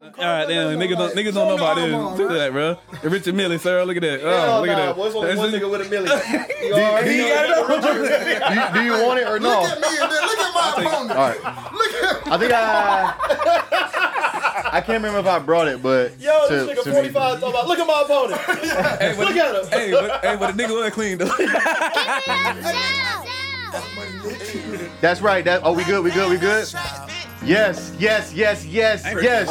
All right, damn, niggas don't, niggas don't know about this. Look at that, bro. Richard Millie, sir. Look at that. Oh, Hell look at nah, that. boy, it's only That's one it. nigga with a million. You Do already you, know. do you want it or no? Look at me and then look at my opponent. All right. Look at me. I think I. I can't remember if I brought it, but Yo, to- this to nigga me- 45 talking about, look at my opponent. Hey, but, Look at him. hey, but, hey, but the nigga was clean, though. That's right. That. Oh, we good. We good. We good. Yes. Yes. Yes. Yes. Yes.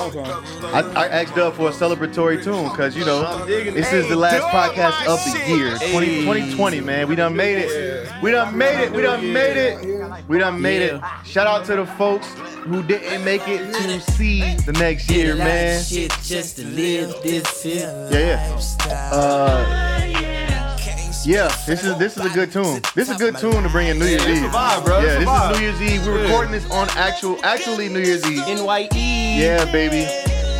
I, I asked Dub for a celebratory tune because you know this is the last podcast of the year, 20, 2020, man. We done made it. We done made it. We done made it. We done made it. Shout out to the folks who didn't make it to see the next year, man. Shit just to live this here. Yeah, yeah. Uh, yeah, this is this is a good tune. This is a good tune to bring in New Year's Eve. vibe, bro. Yeah, It's a this vibe. is New Year's Eve. We're recording this on actual, actually New Year's Eve. NYE. Yeah, baby.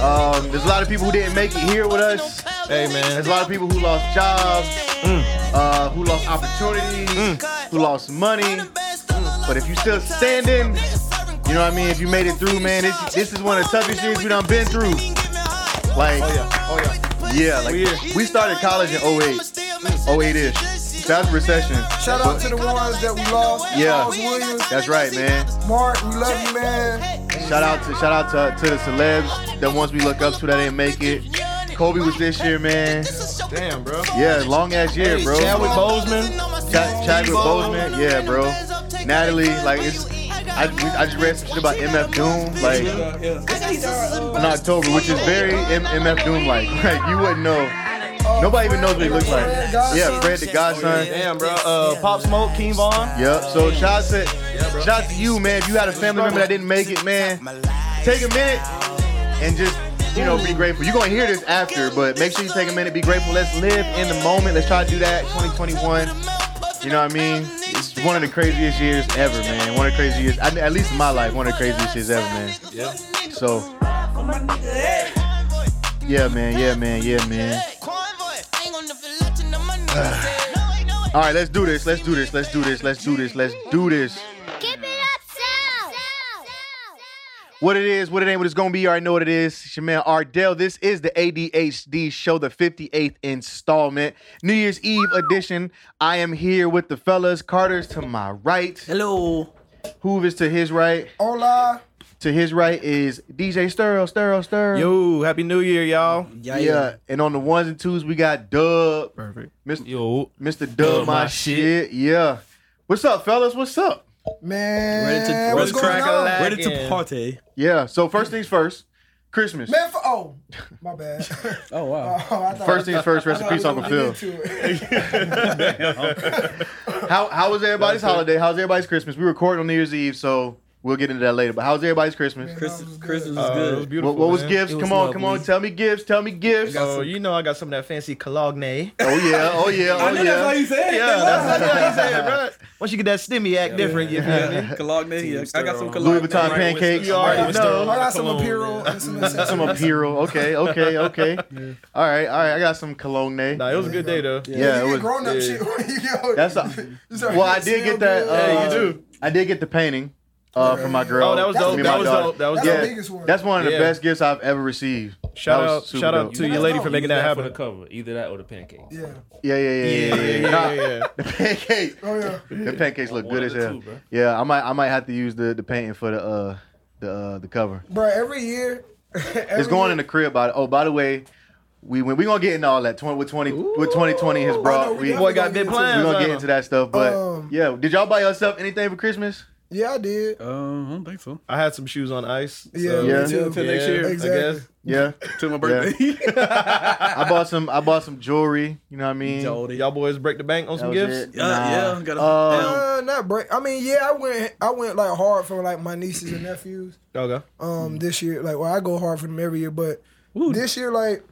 Um, there's a lot of people who didn't make it here with us. Hey, man. There's a lot of people who lost jobs, Mm. uh, who lost opportunities, who lost money. Mm. But if you still standing, you know what I mean. If you made it through, man, this this is one of the toughest years we done been through. Like, Oh, yeah. yeah, like we started college in Mm. 08. 08 ish. That's recession. Shout out to the ones that we lost. Yeah. Charles Williams, That's right, man. Mark, we love you, man. Shout out to shout out to, to the celebs, the ones we look up to that didn't make it. Kobe was this year, man. Damn, bro. Yeah, long ass year, bro. Chadwick Boseman. Chad, Chadwick Boseman, yeah, bro. Natalie, like it's. I, we- I just read some shit about MF Doom, like in October, which is very M- MF Doom like. Like you wouldn't know. Nobody even knows what he looks like. Yeah, Fred the Godson. Damn, bro. Uh, Pop Smoke, King Von. Yep. So shout out to shout out to you, man. If you had a family member that didn't make it, man, take a minute and just you know be grateful. You're gonna hear this after, but make sure you take a minute, be grateful. Let's live in the moment. Let's try to do that. 2021. You know what I mean? It's one of the craziest years ever, man. One of the craziest years, I mean, at least in my life, one of the craziest years ever, man. Yeah. So. Yeah, man. Yeah, man. Yeah, man. All right, let's do this. Let's do this. Let's do this. Let's do this. Let's do this. Give it up, Sal. What it is, what it ain't, what it's gonna be. You already know what it is. It's your man Ardell. This is the ADHD show, the 58th installment, New Year's Eve edition. I am here with the fellas. Carter's to my right. Hello. Hoover's to his right. Hola. To his right is DJ Sturl, Sturl, Sturl. Yo, Happy New Year, y'all. Yeah. and on the ones and twos we got Dub, Perfect. Mr. Yo, Mr. Dub, my, shit. Yeah, what's up, fellas? What's up? Man, Ready to- what's ready to going crack a on? laugh. Ready to Again. party. Yeah. So first things first, Christmas. Man, for, oh, my bad. Oh, wow. Oh, I thought- First things first, I rest in thought peace, we Uncle was Phil. gonna get into it. How how was everybody's holiday? How's everybody's Christmas? We record on New Year's Eve, so we'll get into that later. But how's everybody's Christmas? Christmas, Christmas is Uh, it was good. beautiful. What, what was man. gifts? It Come was on, come on. lovely. Tell me gifts. Tell me gifts. Oh So, you know, I got some of that fancy Cologne. yeah, oh yeah, oh yeah. you said Yeah, that's what I'm saying, bro. Once you get that stimmy, act different. You feel me? Cologne, I got some Louis Cologne. Vuitton pancakes. You already Right, know. no. I got some Cologne, Imperial and some Some accessories. Imperial. Okay, okay, okay. All right, all right. I got some cologne. Nah, it was a good day though. yeah, it you get was. grown up shit when you get older. That's a, You start well, I getting did get that. smelled good. Uh, Hey, you do. I did get the painting uh, from my girl. Oh, that was me dope. and That my was daughter. dope. That was That's the dope. biggest one. That's one of the Yeah. best gifts I've ever received. Shout That was out, super shout out dope. to your lady for making that for the happen. cover, either that or the pancake. yeah. Yeah, yeah, yeah, yeah, yeah. yeah, Nah, The pancake. Oh yeah. The pancakes look One good of as the hell. two, bro. yeah, I might I might have to use the the painting for the uh the uh the cover. Bro, every year. every it's going year- in the crib. By the, oh, by the way, we when we gonna get into all that 20, with twenty with twenty twenty has I know, brought. Oh, we We definitely Boy got big we plans. gonna get huh? into that stuff. But Um, yeah, did y'all buy yourself anything for Christmas? Yeah, I did. Um, I don't think so. I had some shoes on ice. Yeah, so- me Yeah. too. Till next Yeah, year, Exactly. I guess. Yeah, Till my birthday. I bought some. I bought some jewelry. You know what I mean? Jody. Y'all boys break the bank on That some was gifts. it. Yeah, Nah. yeah, got a- Uh, Uh, not break. I mean, yeah, I went. I went like hard for like my nieces and nephews. Okay. Um, this year, like, well, I go hard for them every year, but Ooh, this year, like,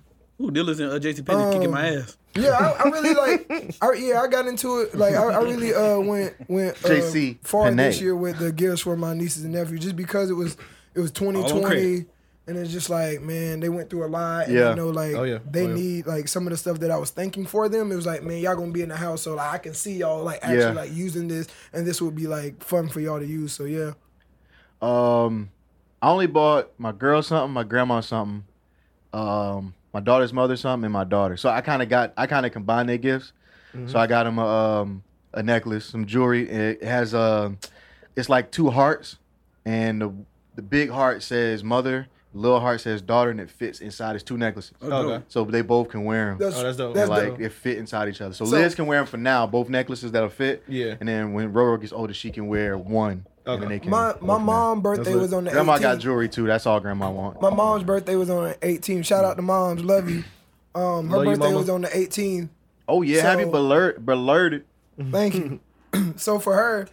ooh, Dillard's and uh, JC Penney Um, kicking my ass. yeah, I, I really like. I, yeah, I got into it. Like, I, I really uh went went uh, JC far Panay. this year with the gifts for my nieces and nephews, just because it was it was twenty twenty. credit. And it's just like, man, they went through a lot. And Yeah. You know, like Oh, yeah. they Oh, yeah. need like some of the stuff that I was thinking for them. It was like, man, y'all gonna be in the house, so like I can see y'all like actually Yeah. like using this, and this would be like fun for y'all to use. So yeah. Um, I only bought my girl something, my grandma something, um, my daughter's mother something and my daughter. So I kind of got I kind of combined their gifts. Mm-hmm. So I got him a, um, a necklace, some jewelry. It has uh, it's like two hearts, and the the big heart says mother, the little heart says daughter, and it fits inside his two necklaces. Okay. So they both can wear them. Oh. That's, Oh, that's dope. That's like dope. it fit inside each other. So, So- Liz can wear them for now, both necklaces that'll fit. Yeah. And then when Roro gets older, she can wear one. And Okay. then they can My go my from mom's birthday lit. was on the there. Grandma 18th. got jewelry too. That's all Grandma wants. My mom's birthday was on the 18th. Shout out to moms, love you. Um, her Love you, birthday mama. was on the 18th. Oh yeah, So- happy belert belerted. Thank you. so for her,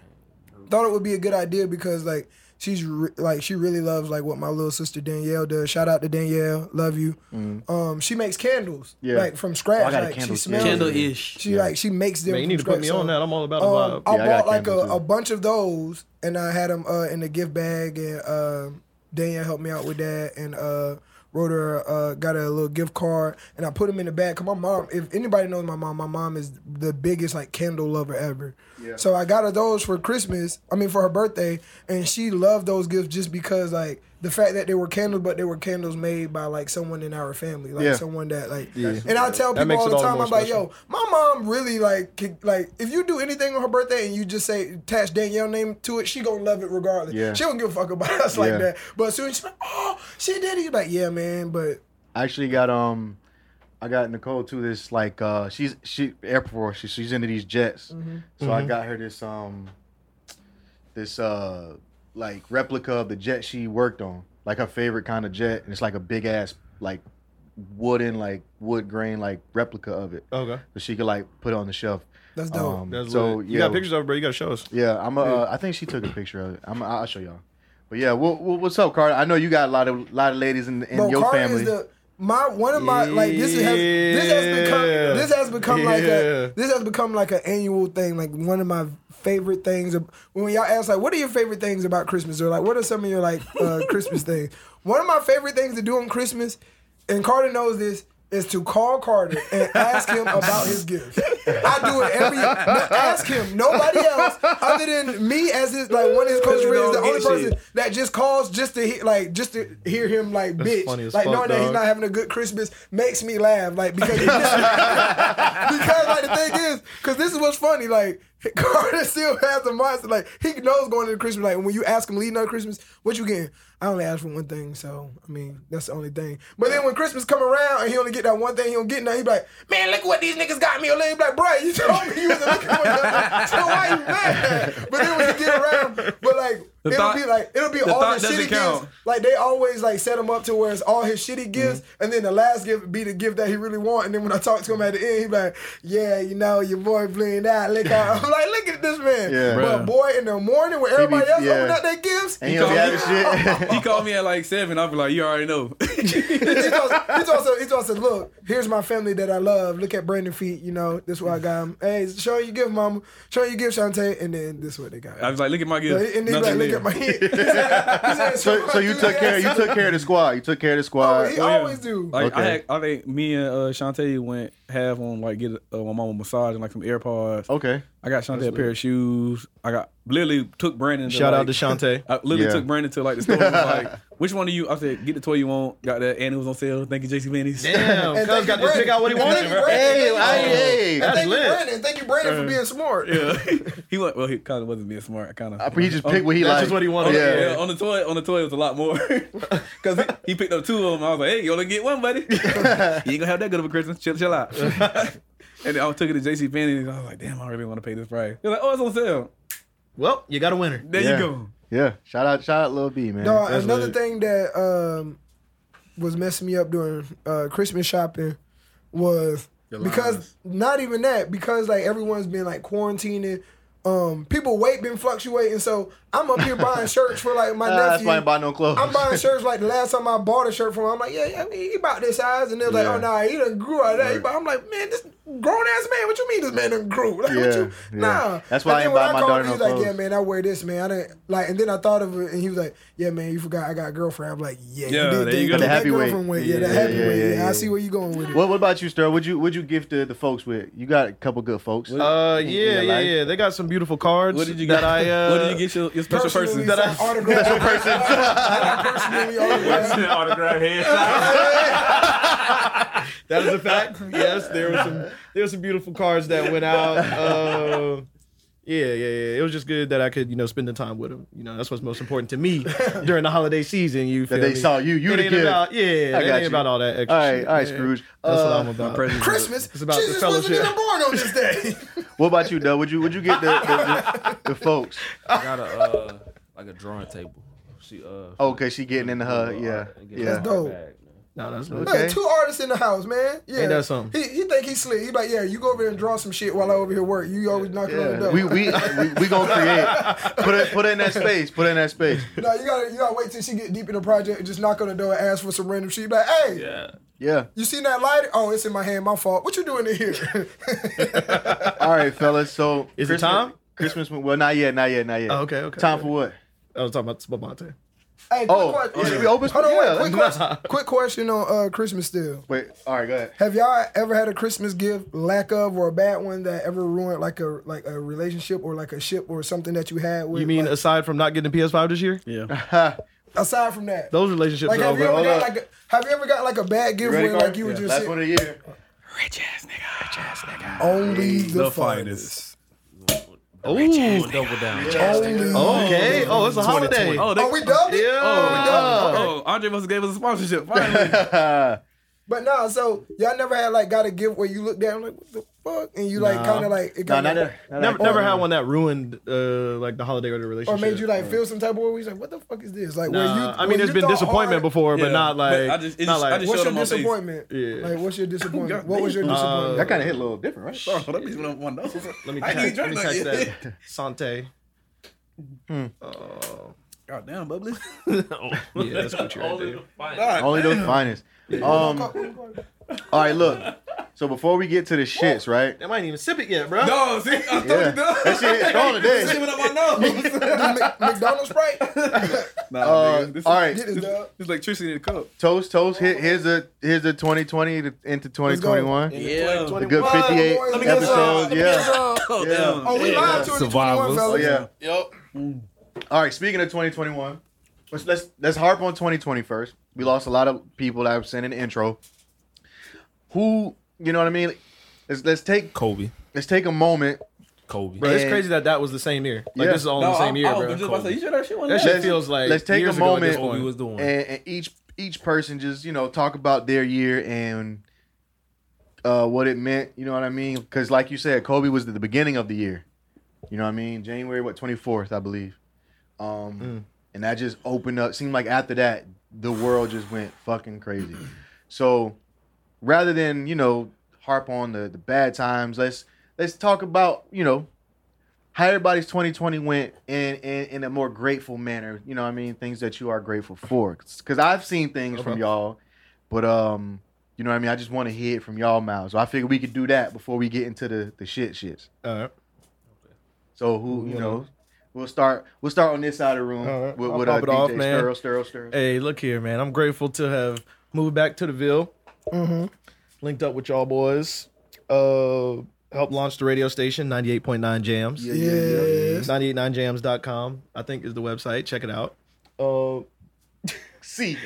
thought it would be a good idea because like she's re- like she really loves like what my little sister Danielle does. Shout out to Danielle, love you. Mm. Um, she makes candles Yeah. like from scratch. Oh, I got a like candle, she smells. Candle it. ish. She like she makes them. Man, you need to from put me scratch. on So, that. I'm all about the vibe. Um, I Yeah, I got bought like a, candles, too. a bunch of those, and I had them uh, in the gift bag, and uh, Danielle helped me out with that, and uh, wrote her uh, got her a little gift card, and I put them in the bag. Cause my mom, if anybody knows my mom, my mom is the biggest like candle lover ever. So I got her those for Christmas. I mean for her birthday, and she loved those gifts just because like the fact that they were candles, but they were candles made by like someone in our family, like Yeah. someone that like. And I tell That people makes all it the all the time, more I'm like, special. yo, my mom really like can- like if you do anything on her birthday and you just say attach Danielle name to it, she gonna love it regardless. Yeah. She don't give a fuck about us like Yeah. that. But as soon as she's like, oh, she did it. You're like, yeah, man. But I actually got um I got Nicole too this like uh she's she airport she, she's into these jets. Mm-hmm. So Mm-hmm. I got her this um this uh like replica of the jet she worked on. Like her favorite kind of jet and it's like a big ass like wooden like wood grain like replica of it. Okay. So she could like put it on the shelf. Oh. that's dope. Um, That's so lit. yeah, You got pictures of it, bro. You got to show us. Yeah, I'm. Uh, I think she took a picture of it. I'm, I'll show y'all. But yeah, what, what- what's up, Carter? I know you got a lot of lot of ladies in, in Bro, your Carter family. is the my one of my like this has this has become Yeah. this has become like Yeah. a this has become like an annual thing. Like one of my favorite things ab- when y'all ask like, what are your favorite things about Christmas or like what are some of your like uh, Christmas things? One of my favorite things to do on Christmas, and Carter knows this. Is to call Carter and ask him about his gifts. I do it every ask him. Nobody else other than me as his like one of his coach friends, the don't only get person shit. that just calls just to hear like just to hear him like bitch. funny as like fuck, knowing that he's dog. not having a good Christmas makes me laugh. Like because because like the thing is, because this is what's funny. Like Carter still has a monster. Like he knows going into Christmas. Like when you ask him leading up to Christmas, what you getting? I only ask for one thing, so I mean that's the only thing. But then when Christmas come around and he only get that one thing, he don't get nothing. He be like, man, look what these niggas got me. Or they be like, bro, you told me you was looking for nothing. So why you mad? But then when you get around, but like. it'll thought- be like it'll be the all thought the doesn't shitty count. gifts like they always like set him up to where it's all his shitty gifts, Mm-hmm. and then the last gift be the gift that he really want. And then when I talk to him at the end, he be like, "Yeah, you know, your boy blinged out. Look out!" I'm like, "Look at this man." Yeah. But Bruh. boy, in the morning when everybody else yeah. open up their gifts, and he you don't be having shit. He called me at like seven. I'll be like, you already know. told he told us, he told us, "Look, here's my family that I love. Look at Brandon feet. You know, this is what I got him. Hey, show you gift, mama. Show you gift, Shantae. And then this is what they got." I was like, look at my and gift. then he be like, Nothing look there. at my head. He said- he said, so, so you took care. You took care of the squad. You took care of the Oh, squad. he yeah. always do. Like I, Okay. had, I think me and uh, Shantae went half on like get uh, my mom a massage and like some AirPods. Oh, okay. I got Shantae a pair of shoes. I got literally took Brandon. To, Shout like, out to Shantae. I literally Yeah. took Brandon to like the store. and was like, which one of you? I said, get the toy you want. Got that, and it was on sale. Thank you, JC Penney's. Damn, And cuz thank got you, to pick Brandon. out what he And wanted. thank you, Brandon. Hey, I, hey. Thank you, Brandon. And Thank you, lit. Brandon. Thank you, Brandon, for being smart. he went. Well, he kind of wasn't being smart. I kind of. He just picked what he Oh, That's liked. just what he wanted. Yeah. Oh, Yeah. on the toy, on the toy it was a lot more because he, he picked up two of them. I was like, "Hey, you only get one, buddy. you ain't gonna have that good of a Christmas. Chill, chill out." and then I took it to J.C. Penney. and I was like, "Damn, I really want to pay this price." They're like, "Oh, it's on sale. Well, you got a winner. There Yeah. you go." Yeah. Shout out, shout out, Lil B, man. No, That's another lit. thing that um, was messing me up during uh, Christmas shopping was because not even that because like everyone's been like quarantining. Um, people weight been fluctuating, so I'm up here buying shirts for like my Ah, nephew. that's why I ain't buy no clothes. I'm buying shirts like the last time I bought a shirt from him. I'm like, yeah, yeah, I mean, he about this size, and they're like, Yeah. oh nah, he done grew out of that. He bought- I'm like, man, this grown ass man, what you mean this man done grew? Like, what Yeah, you? yeah. Nah, That's why I And ain't then when buy my called daughter him, no He's like, yeah, clothes. man, I wear this, man. I didn't like, and then I thought of it, and he was like, yeah, man, you forgot I got a girlfriend. I'm like, Yeah, yeah, you there you think go. that The happy way. girlfriend way. Yeah, the Yeah, happy yeah, way. yeah, Yeah, I yeah. see where you going with it. What, what about you, Stir? Would you would you gift the, the folks with? You got a couple good folks. Uh, in- in yeah, your yeah, life? yeah. They got some beautiful cards. What did you that get? I, uh, what did you get your, your special person? Personally, some autograph- I got personally autographed- Autograph headshot. That is a fact. Yes, there was some there were some beautiful cards that went out. Uh, yeah, yeah, yeah. It was just good that I could, you know, spend the time with them. You know, that's what's most important to me during the holiday season. You feel that they me? saw you. You It the ain't kid. about yeah. It got ain't you. about all that extra. all right, shit. all right, Yeah. Scrooge. That's Uh, what I'm about. Christmas. It's about the Jesus wasn't fellowship. even born on this day. What about you, though? Would you would you get the the, the, the folks? I got a uh, like a drawing table. She uh. Okay, she getting in her. Oh, Yeah, yeah. That's dope. No, that's not. Look, Okay. two artists in the house, man. Yeah, Ain't that something? He, he think he slick. He like, yeah, you go over there and draw some shit while I over here work. You always knocking on the Yeah. door. We, we we we gonna create. Put it put it in that space. Put it in that space. no, you gotta you gotta wait till she get deep in the project and just knock on the door and ask for some random shit. Be Like, hey, Yeah. you seen that light? Oh, it's in my hand. My fault. What you doing in here? All right, fellas. So Is it Christmas- time? Christmas. Well, not yet. Not yet. Not yet. Oh, okay, okay. Time for what? I was talking about Spumante. hey, quick Oh, question. should we open- Hold on, yeah, wait, quick, let's- question, quick question on uh, Christmas still. Wait. All right. Go ahead. Have y'all ever had a Christmas gift lack of or a bad one that ever ruined like a like a relationship or like a ship or something that you had with? You mean like, aside from not getting a PS5 this year? aside from that? Those relationships Like are have you over. ever hold got up. like a, have you ever got like a bad gift where like you were just Last sit- one of the year. only the, The finest. finest. Ooh, Double down. Only okay. Oh, it's a holiday. Oh, they, Oh, we dubbed it. oh, Andre must have gave us a sponsorship. Finally. But nah, so y'all never had like got a gift where you looked at and like what the fuck, and you like Nah. kind of like it Nah, kind not of that. Oh, not Never, that. never had one that ruined uh, like the holiday or the relationship. or made you like feel some type of way. where you like, what the fuck is this? Like, Nah, where you? I where mean, there's you been thought disappointment hard- before, but Yeah. not But like I just- it not just- like I just- What's showed your them my face. disappointment? Yeah. Like, what's your disappointment? God what was your damn. disappointment? That kind of hit a little different, right? Bro, let me see what one of those. let me I type, ain't even let drank me type nothing yet. that Sante. God damn, bubbly. Yeah, that's what you're at, dude. Only the finest. Um. All right. Look. So before we get to the shits, right? That might even sip it yet, bro. No, see, I told Yeah. you no. That shit is gone Shit today. went up my nose. Mc- McDonald's Sprite? Nah, Uh, nigga, this all is- right. Get it, dog. It's like Tristan in the cup. Toast, toast. Here, here's the here's the 2020 to, into 2021. Yeah. A good 58 Let me get some. episodes. Yeah. Oh, Yeah. Oh, we live to it. Survivors. Oh fellas. yeah. Yep. All right. Speaking of 2021, let's let's let's harp on 2020 first. We lost a lot of people that I was saying in the intro. Who you know what I mean? Let's let's take Kobe. let's take a moment. Kobe. Bro, it's And- crazy that that was the same year. Like Yeah. this is all in the same I, year, I was bro. just about to say, you sure that shit wasn't That that? shit feels like let's take a years ago at this moment. Kobe point. was doing. and, and each each person just you know talk about their year and uh, what it meant. You know what I mean? Because like you said, Kobe was at the beginning of the year. You know what I mean? January what twenty fourth, I believe. Um, and that just opened up. Seemed like after that, the world just went fucking crazy. So rather than you know harp on the the bad times, let's let's talk about you know. How everybody's 2020 went in, in in a more grateful manner, you know what I mean? Things that you are grateful for. Cause I've seen things from y'all, but um, you know what I mean? I just want to hear it from y'all mouths. So I figured we could do that before we get into the the shit shits. All right. So who you know? We'll start. We'll start on this side of the room All right. with, I'll with uh, pop it DJ off, man. Stirl, Stirl, Stirl. Hey, look here, man. I'm grateful to have moved back to the Ville. Mm-hmm. Linked up with y'all boys. Uh, helped launch the radio station, 98.9 Jams. Yeah, yeah, yeah, yeah. 989jams.com, I think, is the website. Check it out. Uh, See,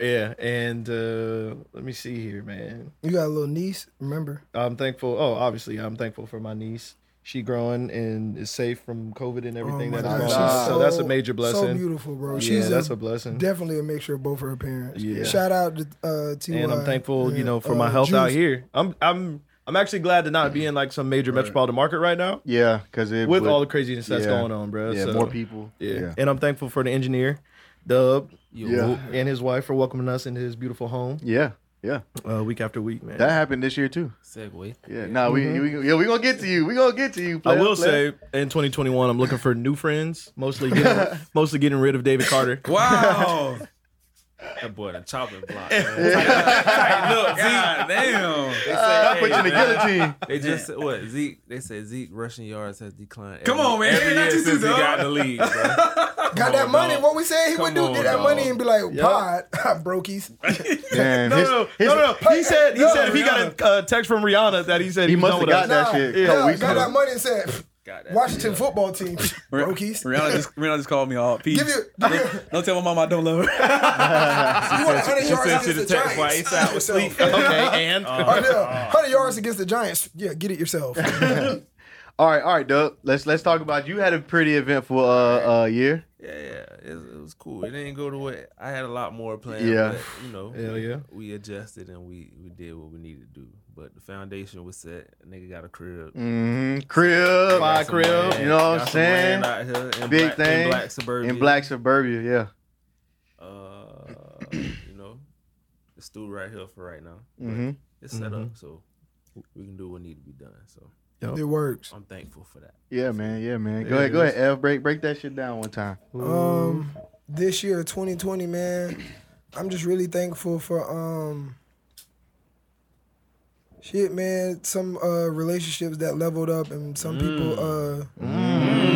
yeah, and uh, let me see here, man. You got a little niece, remember? I'm thankful. Oh, obviously, I'm thankful for my niece. She growing and is safe from COVID and everything Oh my that God. is going She's on. So, so- that's a major blessing. So beautiful, bro. Yeah, She's that's a, a blessing. Definitely a mixture of both of her parents. Yeah. Shout out to uh, T. Uh, and I'm thankful, you know, for Uh, my health out here. I'm I'm I'm actually glad to not be in like some major metropolitan market right now yeah, because it with would- all the craziness that's yeah. going on, bro. yeah so, more people. Yeah. and I'm thankful for the engineer, Dub, yeah, and his wife for welcoming us into his beautiful home yeah, yeah. uh, week after week, man. That happened this year too. Segway. Yeah, nah, we, we yeah we gonna get to you. We gonna get to you. Mm-hmm. I player, will player. say, in 2021, I'm looking for new friends, mostly getting, mostly getting rid of David Carter. Wow. That boy the chopping block. man. Look, see, damn. They, I said, put you in hey, the man, guillotine. they just said what Zeke. They said Zeke rushing yards has declined. Come every- on, man. Every Not year you since too, he dog. got in the league, bro. Got that on, money. dog. What we said he would Come do, on, get that dog. money and be like, pod, brokies. Damn, his- his- He said he said if he got a uh, text from Rihanna that he said He was must done have with us. got that Nah, shit. a Yeah, couple got weeks ago. that money and said, Got that. Washington football team. Brokies. Rihanna just Rihanna just called me all peace. Give you, give you, Don't tell my mom I don't love her. you want 100 yards sent you against the the text while Giants. he's out with So, Okay, and Uh, oh, yeah, 100 yards against the Giants. Yeah, get it yourself. All right, all right, Doug. Let's let's talk about you had a pretty eventful uh, uh year. Yeah, yeah. It, it was cool. It didn't go to what I had a lot more planned. Yeah. But, you know, Hell yeah. we adjusted and we, we did what we needed to do. But the foundation was set. Nigga got a crib. Mm-hmm. Fly Crib. Got some crib, land. you know what I'm Got some land saying? out here in Big black, thing. In black suburbia. In black suburbia, yeah. Uh, you know, the stool right here for right now. But Mm-hmm. It's set up, so we can do what need to be done. So it works. I'm thankful for that. Yeah, man. Yeah, man. Go There ahead, it go is. ahead. L, break break that shit down one time. Um, this year, 2020, man, I'm just really thankful for um, shit, man. Some uh relationships that leveled up, and some people uh,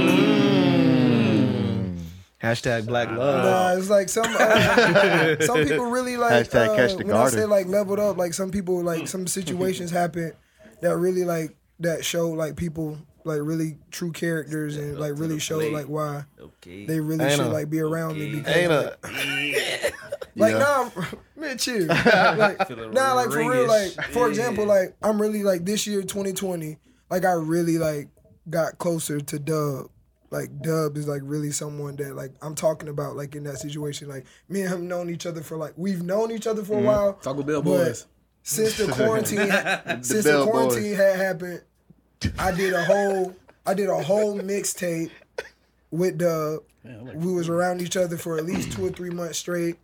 Hashtag black love. nah, it's like some uh, some people really like Hashtag uh, catch the when garter. I say like leveled up, like some people like some situations happen that really like that show like people like really true characters and like really show plate. like why Okay. they really Ain't should a- like be around me okay. because Ain't a Like Yeah. nah, man, chill. like, Feeling nah, like for real. Like ringish. for example, like I'm really like this year, 2020. Like I really like got closer to Dub. Like Dub is like really someone that like I'm talking about like in that situation. Like me and him known each other for like we've known each other for a while. Taco Bell But- boys. Since the quarantine, since Bell the Boys. quarantine had happened, I did a whole I did a whole mixtape with Dub. we was around each other for at least two or three months straight.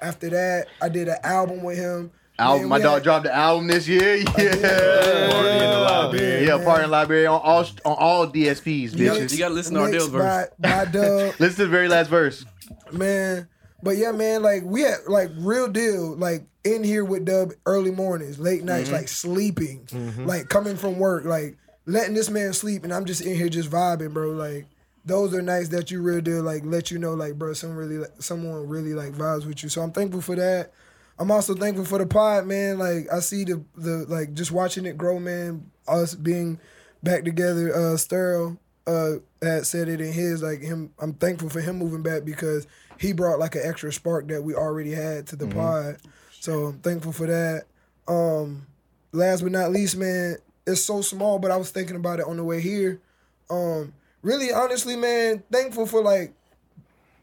After that, I did an album with him. Album. Man, My we dog had- dropped the album this year. Yeah. party in the lobby. Yeah, party in library on all on all DSPs, You gotta, bitches. you gotta listen to Ardell's mixed verse. by, by Dub. Listen to the very last verse. man. But yeah, man, like we had like real deal, like in here with Dub early mornings, late nights, Mm-hmm. like sleeping, Mm-hmm. like coming from work, like letting this man sleep, and I'm just in here just vibing, bro. Like those are nights that you real deal, like let you know, like bro, some really, like, someone really like vibes with you. So I'm thankful for that. I'm also thankful for the pod, man. Like I see the the like just watching it grow, man. Us being back together, uh, Sterl uh had said it in his like him. I'm thankful for him moving back because he brought like an extra spark that we already had to the pod. So I'm thankful for that. Um, last but not least, man, it's so small, but I was thinking about it on the way here. Um, really, honestly, man, thankful for like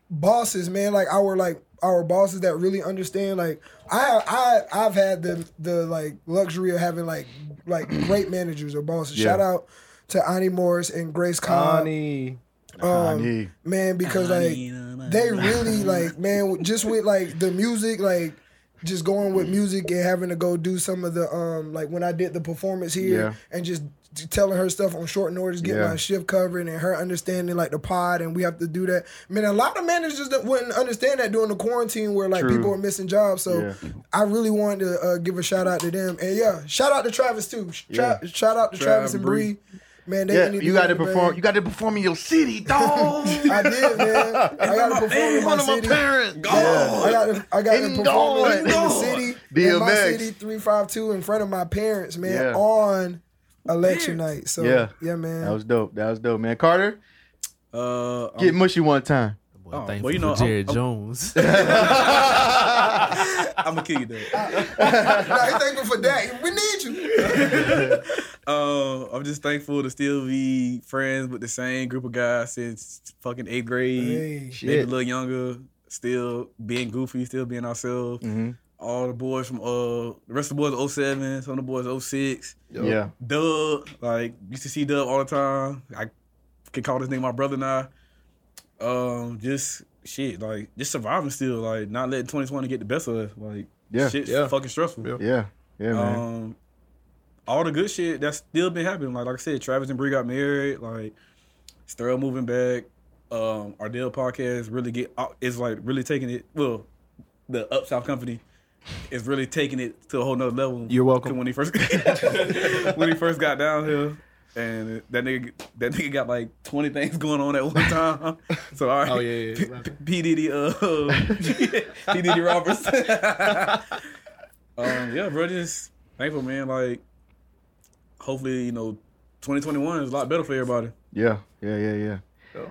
bosses, man. Like our like our bosses that really understand. Like I I I've had the the like luxury of having like like great managers or bosses. Shout out to Ani Morris and Grace Cobb. Connie. Um, Ani. man, because like they really like man, just with like the music, like just going with music and having to go do some of the um like when I did the performance here Yeah. and just t- telling her stuff on short notice, getting Yeah. my shift covered and her understanding like the pod and we have to do that. Man, a lot of managers that wouldn't understand that during the quarantine where like True. people are missing jobs. So Yeah. I really wanted to uh, give a shout out to them and yeah, shout out to Travis too. Tra- Shout out to Travis and Bree. Man, they Yeah, ended you the got to year, man. perform. You got to perform in your city, dog. I did, man. I got to perform in my One of my city. parents. Oh, Yeah, Gone. I got to, I got to In perform in, God. in the city, in my DMX. city, three five two, in front of my parents, man, Yeah. on election night. So Yeah. yeah, man. That was dope. That was dope, man. Carter, Uh, I'm- get mushy one time. Boy, Oh, thankful well, you know, for Jerry I'm- I'm- Jones. I'm gonna kill you though. nah, he thankful for that. We need you. Um, I'm just thankful to still be friends with the same group of guys since fucking eighth grade. Hey, Maybe a little younger. Still being goofy. Still being ourselves. Mm. Mm-hmm. All the boys from uh, the rest of the boys 07, some of the boys 06. Yeah, Dub, like used to see Dub all the time. I could call this nigga my brother now. Um, just shit, like just surviving still, like not letting 2020 get the best of us. Like Yeah. shit's Yeah. fucking stressful. Yeah. yeah, yeah, man. Um, all the good shit that's still been happening. Like like I said, Travis and Bree got married. Like Sterl moving back. Um, our Dale podcast really get is like really taking it. Well, the Up South Company is really taking it to a whole nother level. You're welcome. to When he first when he first got down here. And that nigga, that nigga got like twenty things going on at one time. So all right, Oh, yeah, yeah, yeah. P Diddy, uh, P Diddy Roberts. um, yeah, bro, just thankful, man. Like, hopefully, you know, 2021 is a lot better for everybody. Yeah, yeah, yeah, yeah.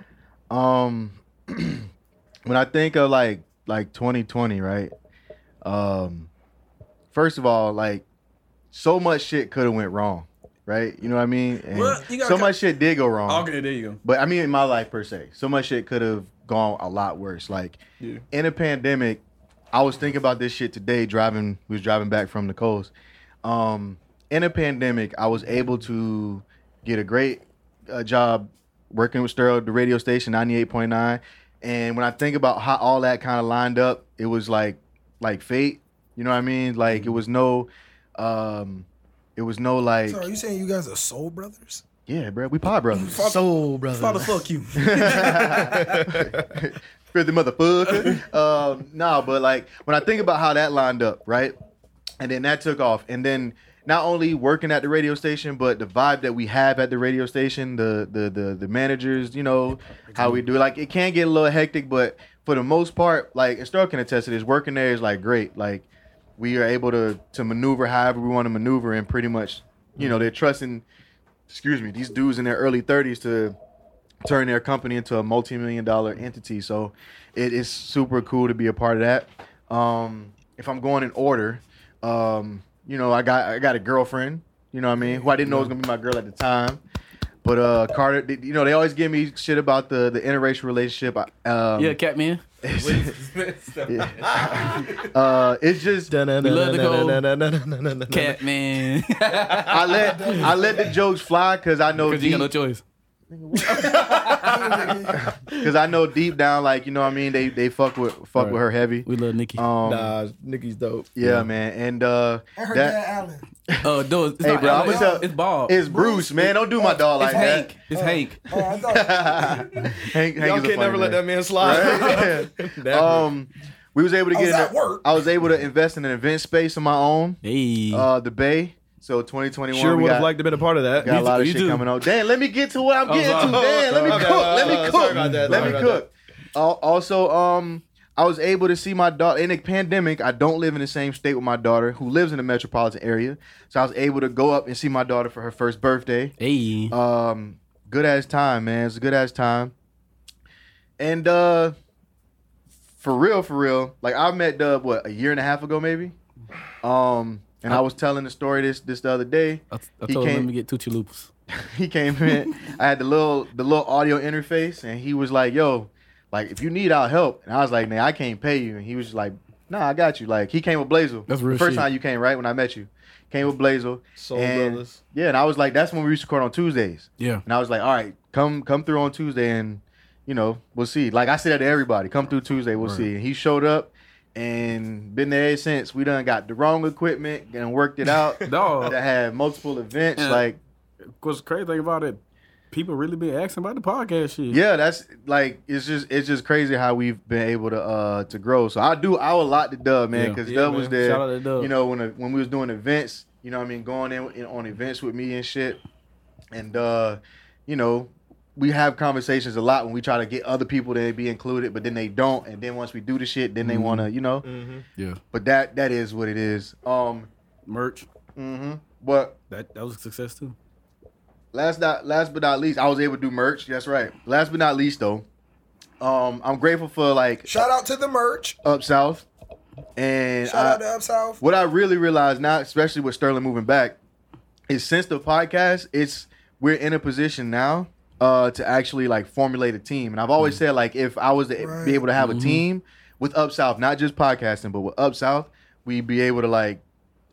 Um, when I think of like like 2020, right? Um, first of all, like so much shit could have went wrong, right? You know what I mean? And Well, you gotta so co- much shit did go wrong. Okay, there you go. But I mean, in my life per se, so much shit could have gone a lot worse. Like Yeah. in a pandemic, I was thinking about this shit today. Driving, we was driving back from the coast. Um, in a pandemic, I was able to get a great uh, job working with Sterl, the radio station ninety eight point nine. And when I think about how all that kind of lined up, it was like like fate. You know what I mean? Like it was no, um, it was no like So are you saying you guys are soul brothers? yeah, bro. We pod brothers. Soul brother. Father, fuck you. For the motherfucker. um, no, but like when I think about how that lined up, right? And then that took off. And then not only working at the radio station, but the vibe that we have at the radio station, the the the, the managers, you know, how we do it. Like it can get a little hectic, but for the most part, like and Star can attest to this, working there is like great. Like we are able to to maneuver however we want to maneuver and pretty much, you know, they're trusting excuse me, these dudes in their early thirties to turn their company into a multi-million dollar entity. So it is super cool to be a part of that. Um, if I'm going in order, um, you know, I got I got a girlfriend, you know what I mean, who I didn't know was gonna be my girl at the time. But uh, Carter, th- you know, they always give me shit about the the interracial relationship. I- Um, yeah, Catman. uh, it's just We love to go Cat. Catman. I let I let the jokes fly because I know Because you deep got no choice. because I know deep down like you know what I mean they they fuck with fuck with her heavy. We love Nikki. Um, Nah, Nicky's dope. Yeah, man. And uh, I heard that- that, Allen. uh, dude, it's Hey, not bro, I'm Alex. gonna tell- It's Bob. it's Bruce, man. Don't do my dog like It's Hank. It's Hank. Oh, I thought that. Hank, Hank Y'all can't is a funny never let that man. man slide. Never. um, we was able to I get. was in at a- work. I was able to invest in an event space of my own, Hey. uh, the Bay. So 2021, Sure we would have got, liked to been a part of that. got a lot of you shit too. coming out. Dan, let me get to what I'm getting sorry. to. Dan, let me Oh, Okay, cook. Let uh, me sorry cook. about that, Let sorry me about cook. Al- Also, um, I was able to see my daughter in a pandemic. I don't live in the same state with my daughter, who lives in the metropolitan area. So I was able to go up and see my daughter for her first birthday. hey. Um, good ass time, man. It's a good ass time. And uh, for real, for real, like I met Dub what a year and a half ago, maybe. Um, and I was telling the story this this the other day. I, I he told him, came- let me get Tucci Loops. He came in. I had the little the little audio interface, and he was like, "Yo, like if you need our help," and I was like, "Nah, I can't pay you." And he was like, "Nah, I got you." Like he came with Blazel. That's real The first shit. time you came, right when I met you, came with Blazel. Soul and- Brothers. Yeah, and I was like, "That's when we used to record on Tuesdays." Yeah. And I was like, all right, come come through on Tuesday and you know, we'll see. Like I said that to everybody, come through Tuesday, we'll see. And he showed up and been there ever since. We done got the wrong equipment and worked it out. Dog. that had multiple events. Yeah. Like, What's crazy thing about it, people really been asking about the podcast shit. yeah, that's like it's just it's just crazy how we've been able to uh to grow. So I do I owe a lot to Dub, man, Yeah. because Yeah, Dub was man. there. Shout out to Dub. You know, when uh, when we was doing events, you know what I mean, going in, in on events with me and shit. And uh, you know, we have conversations a lot when we try to get other people to be included, but then they don't. And then once we do the shit, then they wanna, you know. Mm-hmm. Yeah. But that that is what it is. Um Merch. hmm but That that was a success too. last not last but not least, I was able to do merch. That's right. Last but not least though. Um, I'm grateful for like shout out to the merch. up south. And Shout I- out to Up South. what I really realized now, especially with Sterling moving back, is since the podcast, it's we're in a position now uh, to actually like formulate a team. And I've always said like if I was to Right. be able to have a team with Up South, not just podcasting, but with Up South, we'd be able to like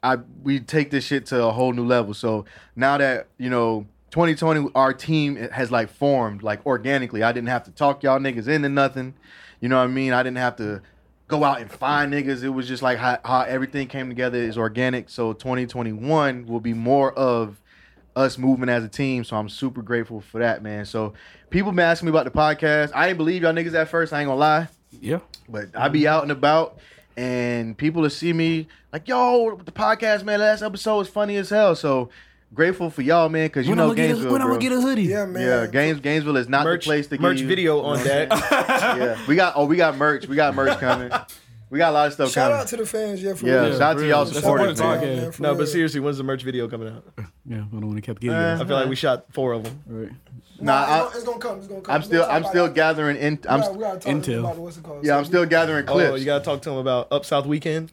I we take this shit to a whole new level. So now that you know 2020, our team has like formed like organically. I didn't have to talk y'all niggas into nothing. You know what I mean? I didn't have to go out and find niggas. It was just like how, how everything came together is organic. So 2021 will be more of us moving as a team. So I'm super grateful for that, man. So people been asking me about the podcast. I didn't believe y'all niggas at first. I ain't gonna lie Yeah. but I be out and about, and people to see me like, yo, the podcast, man. Last episode was funny as hell. So grateful for y'all, man, because you When know I'm gonna get a, Gainesville. when I'm bro. gonna get a hoodie. Yeah, man. yeah, Gaines, Gainesville is not Merch, the place to merch get you- video on that. Yeah, we got oh, we got merch. We got merch coming. We got a lot of stuff Shout coming. out to the fans, yeah, for yeah, real. shout out to y'all That's important supporters. man. talking. man, for No, real. but seriously, when's the merch video coming out? Yeah, I don't want to keep getting I feel like we shot four of them. Right. Nah, Nah, I- it's, gonna, it's gonna come. It's gonna come. I'm still I'm still gathering in I'm we gotta talk Intel. about what's it called. yeah, I'm still gathering clips. Oh, you gotta talk to them about Up South Weekend. Is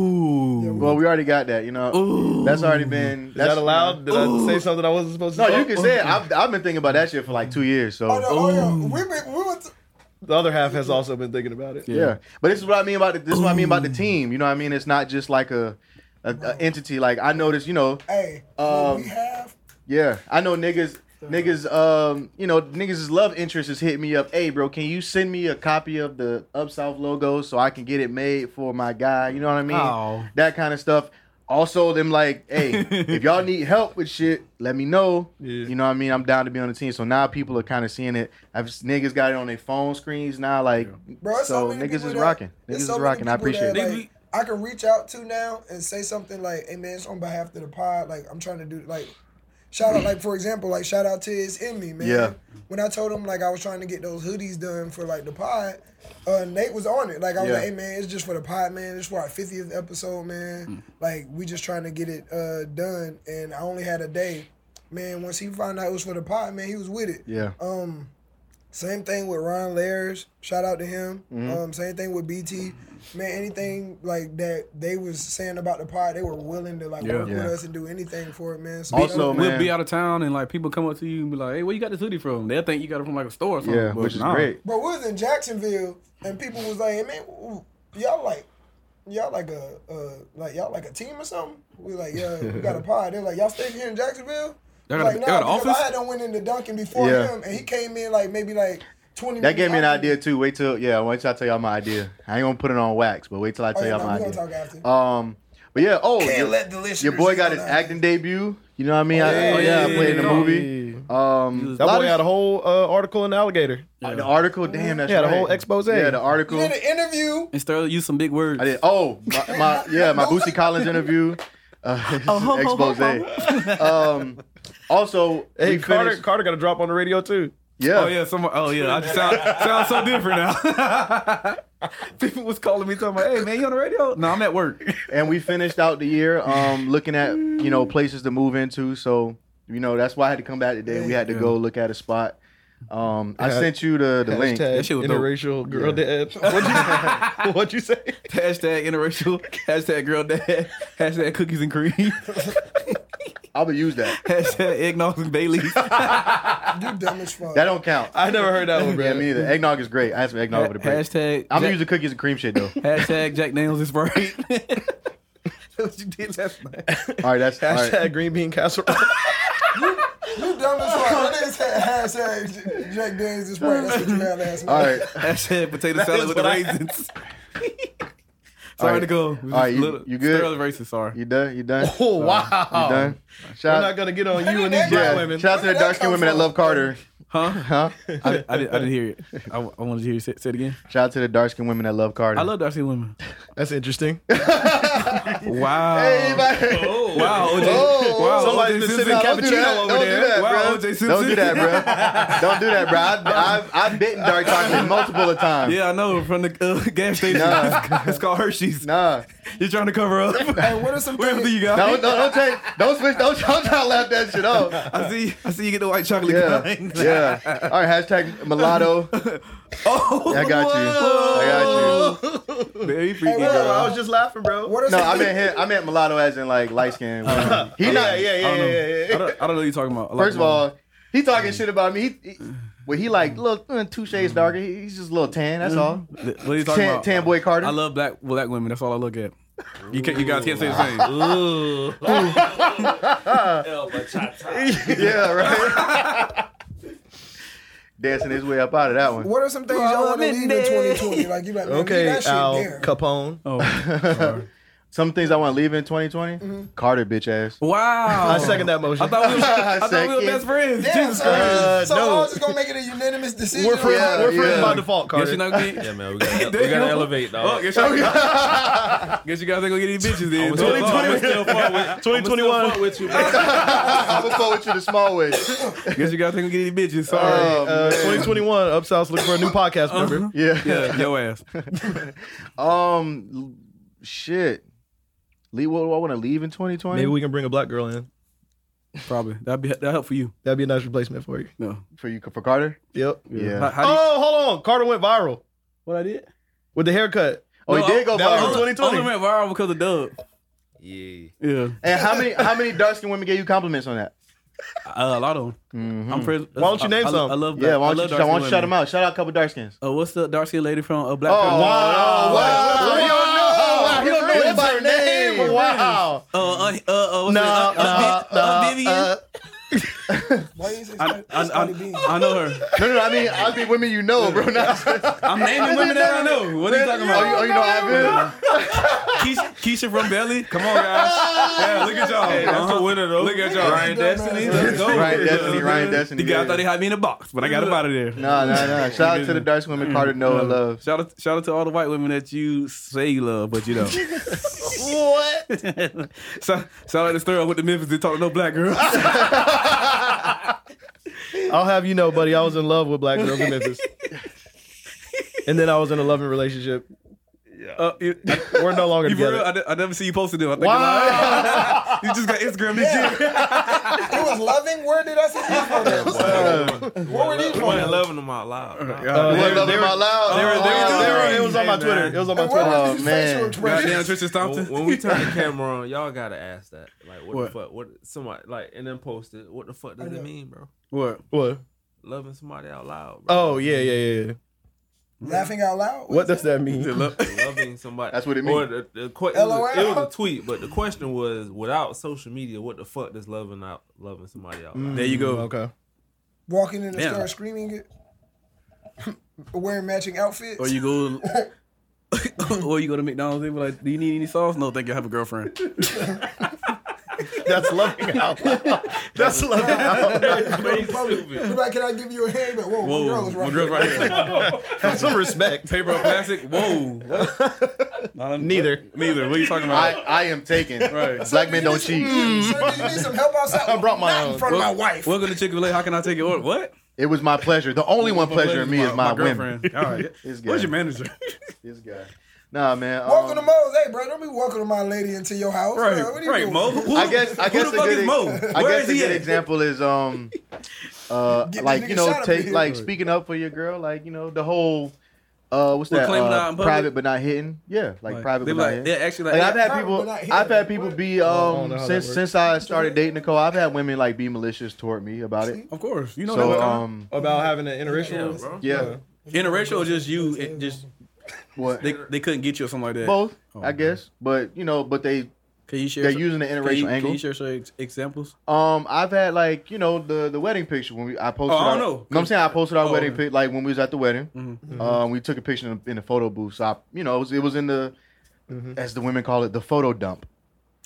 Ooh. well, we already got that, you know. That's already been that's that allowed? Did I say something I wasn't supposed to? No, say? you can say it. I've, I've been thinking about that shit for like two years. So Oh, no, oh, yeah. we been, we went. To, The other half has also been thinking about it. yeah. but this is what I mean about the, this is what I mean about the team. You know what I mean? It's not just like a, a, a entity. Like I noticed, you know, hey, Um, we have. yeah, I know niggas. Niggas, um, you know, niggas' love interest has hit me up. Hey, bro, can you send me a copy of the Up South logo so I can get it made for my guy? You know what I mean? Aw. That kind of stuff. Also, them like, hey, if y'all need help with shit, let me know. You know what I mean? I'm down to be on the team. So now people are kind of seeing it. I've niggas got it on their phone screens now. Like, Bro, so, it's so many niggas is people that- rocking. Niggas it's is so many rocking. I people appreciate that, it. like, I can reach out to now and say something like, "Hey man, it's on behalf of the pod. Like I'm trying to do like, shout out like for example, like shout out to his in me man. Yeah. When I told him like I was trying to get those hoodies done for like the pod, uh, Nate was on it. Like I was Yeah. like, "Hey man, it's just for the pod man. It's for our 50th episode man. Like we just trying to get it uh, done." And I only had a day. Man, once he found out it was for the pod, man, he was with it. Yeah. Um, same thing with Ron Lairs. Shout out to him. Mm-hmm. Um, same thing with BT. Man, anything like that they was saying about the pod, they were willing to like work Yeah. with us and do anything for it, man. So Also, that- man. We'll be out of town and like people come up to you and be like, "Hey, where you got this hoodie from?" They'll think you got it from like a store or something. yeah, but which is nah. great. bro, we was in Jacksonville and people was like, hey, man, w- y'all like. Y'all like a uh, like y'all like a team or something? We like yeah, we got a pod. They're like y'all stay here in Jacksonville. Y'all got a- like y'all got an because office? I had done went into Duncan before Yeah. him, and he came in like maybe like twenty. That gave me an minutes Oh, idea too. Wait till yeah, wait till I tell y'all my idea. I ain't gonna put it on wax, but wait till I Oh, tell yeah, y'all no, my we gonna idea. talk after. Um, but yeah, oh, Can't your, let the listeners your boy got know his that. acting debut. You know what I mean? I, yeah, oh, yeah, I yeah, played in the yeah. movie. Um, That lot boy of- had a whole uh, article in Alligator. the article. Damn, that's Yeah, the right. whole expose. Yeah, the You article. did an interview. And Sterling used some big words. I did. Oh, my, my yeah, my Boosie Collins interview. Uh, Oh, expose. um, also, Hey, we Carter, finished- Carter got a drop on the radio too. yeah, Oh yeah, someone. Oh yeah, I just sound sound so different now. People was calling me talking about, "Hey man, you on the radio?" No, I'm at work. and we finished out the year um looking at you know places to move into so you know that's why i had to come back today we had to go look at a spot um i Yeah. sent you the the link Hashtag That shit was dope. interracial girl dad. What'd you, what'd you say? hashtag interracial. Hashtag girl dad. Hashtag cookies and cream. i'm gonna use that hashtag eggnog and Bailey's. You dumb as fuck. that don't count I never heard that one, bro. yeah me either eggnog is great i had some eggnog over the break hashtag. i'm gonna Jack- use the cookies and cream shit though Hashtag Jack Daniels is right. That's what you did last night. all right that's all Hashtag right green bean casserole. you dumb as fuck. That nigga said hashtag J- Jack Daniels is right. That's what you had last all night. right Hashtag potato salad with the raisins. sorry right. to go. right, you- you good? Sterling racist, sorry. you done you done oh you wow! done I'm shout not out gonna get on you and these Yeah. black yeah, women. shout out to Where the did that dark come skinned women that from? love Carter. Huh? Huh? I, did, I, did, I didn't hear it. I, I wanted to hear you say, say it again. Shout out to the dark skinned women that love Carter. I love Darcy women. That's interesting. Wow. Hey, Oh. man. Wow, OJ. Oh, wow, Somebody OJ been Simpson sipping cappuccino that. over Don't there. do that, wow, bruh. OJ Simpson. Don't do that, bro. Don't do that, bro. I, I've I've bitten dark chocolate multiple of times. Yeah, I know from the uh, gas station. Nah. it's called Hershey's. Nah, You're trying to cover up. Hey, what are some Whatever things? you got. don't, don't, don't take, don't switch, don't, don't try to laugh that shit off. I see. I see you get the white chocolate. Yeah, kind. yeah. All right, hashtag mulatto. Oh, I got you. I got you. Very Hey, freaky. what, I oh, are, was just laughing, bro. what are No, some I things? meant him, I meant mulatto as in like light skin. Oh, He Yeah, not. yeah, yeah, I don't know. yeah, yeah, I, don't, I don't know what you're talking about. I like First of mine. all, he talking shit about me. He, he, well, he like look mm, two shades darker. He, he's just a little tan. Mm-hmm. That's all. what are you talking Tan, about? tan boy Carter. I love black black women. That's all I look at. You can't. You guys can't say the same. Yeah, right. Dancing his way up out of that one. What are some things y'all want to leave in 2020? Like you like, man, leave Okay, that shit Al there. Capone. Oh, sorry. Some things I want to leave in 2020. Carter, bitch ass. Wow. I second that motion. I thought we was, I thought we were Second. best friends. Damn, Jesus so, Christ. so no. I was just gonna make it a unanimous decision. We're friends. Yeah, we're friends yeah. by default, Carter. Uh, Guess you know what I mean? Yeah, man, we gotta, we gotta elevate, Oh, dog. guess, y'all, guess you guys ain't gonna get any bitches then. I'ma still- I'ma still fuck with- I'ma still 2021. fuck with you, bro. I'm gonna fuck with you the small way. Guess you guys ain't gonna get any bitches. Um, Sorry. Uh, 2021, Upsouth's looking for a new podcast Uh-huh. member. yeah. yeah, yo ass. Um, l- shit. Lee, what do I want to leave in 2020? Maybe we can bring a black girl in. Probably. That'd be that'll help for you. That'd be a nice replacement for you. No. for you for Carter. Yep. Yeah. How, how do you, Oh, hold on. Carter went viral what I did? with the haircut. Oh, No, he did go that was in viral. 2020. Only went viral because of Dub. Yeah. Yeah. And how many how many dark skinned women gave you compliments on that? Mm-hmm. Uh, a lot of them. I'm Mm. pres- Why don't you name I, I- some? I, love Yeah, I why love don't you, why don't you dark-skinned shout them women. out? Shout out a couple dark skins. Uh, what's the dark skinned lady from uh, Black Oh, Panther? wow. Wow. You don't know. Wow. You don't know anybody's name. Wow. Uh, uh, uh, uh, what's No, it? Uh, uh, no, uh, no, Vivian? uh, Why is it I, Cardi- I, it's Cardi B? I, I know her. No, no, no. I mean, I mean women you know, bro. Not, I'm naming women that I know. What are you talking Oh, you, about? oh, you know I Keisha, Keisha from Belly. Come on, guys. Yeah, look at y'all. That's Uh-huh. a winner, though. Look at y'all. Ryan Destiny. Let's go. Ryan Destiny, Ryan Destiny, The guy yeah. thought he had me in a box, but I got him out of there. No, no, no. Shout out to the dark skinned women Carter know and love. Shout out, shout out to all the white women that you say you love, but you don't. What? so, shout out to Stir Up with the Memphis and talk to no black girls. I'll have you know, buddy, I was in love with black girls in Memphis. and then I was in a loving relationship. Uh, you, We're no longer you for real? together. I, ne- I never see you posting them. I think you're Wow. lying. you just got Instagram this year. It was loving. Where did I see these photos? Where were these We photos? wasn't loving them out loud. dog. Uh, They they were- love they them were- out loud. they were- they were- they were- It was on my Hey, Twitter. man. It was on my And where Twitter. were Oh, these man. facial expressions? Goddamn, Trisha When, Thompson. when we turn the camera on, y'all gotta ask that. Like, what, What? the fuck? What somebody like, and then post it. What the fuck does it mean, bro? what? What? Loving somebody out loud, bro. Oh, yeah, yeah, yeah. yeah. Laughing out loud. What does that mean? Loving somebody. That's what it Or mean. the, the, que- it, was, it LOL. was a tweet, but the question was, without social media, what the fuck does loving out loving somebody out Mm. loud? There you go. Mm, Okay. Walking in the Damn. store screaming it. Wearing matching outfits. Or you go. or you go to McDonald's. They be like, "Do you need any sauce?" No, thank you. I have a girlfriend. That's loving out loud. That's loving out loud. You're like, can I give you a hand? But whoa, Whoa, Monroe's right. Monroe's Oh, right here. Have some respect. Paper or plastic? Whoa. Not a- Neither. Neither. What are you talking I, about? I am taken. right. Black men don't cheat. Sir, do mm, you need some help outside? I brought my Not own. in front uh, of my wife. Welcome to Chick Fil A. How can I take your order? What? It was my pleasure. The only one pleasure in me is my, women. girlfriend. All right. This guy. Where's your manager? This guy. Nah, man. um, Welcome to Mo's. Hey, bro, don't be welcoming my lady into your house. right. bro. What are you right. doing? Mo. Who, I guess. I who guess the a fuck good is e- Mo? I Where guess is a he good at? example is um, uh, Get like this you nigga know, shot up take here. like speaking up for your girl, like you know, the whole uh, what's Well, that? claim uh, not in public? private but not hitting. Yeah, like, private They but be not like, hitting. they're actually like, Like I've had private but people, not hitting. I've had people be I don't know um how that since works. since I started dating Nicole, I've had women like be malicious toward me about it. Of course, you know So that. um, About having an Yeah, interracial. bro. yeah, interracial, is just you, it just what they, Oh, they couldn't get you or something like that. both, I guess, but you know, but they Can you share? they're some- using the can you, interracial can angle. you share some ex- examples? Um, I've had like you know the the wedding picture when we I posted. Oh, I our, don't know. I'm saying I posted our Oh, Mm-hmm. wedding okay. pic like when we was at the wedding. Um, we took a picture in the, in the photo booth. So I, you know, it was, it was in the as the women call it the photo dump.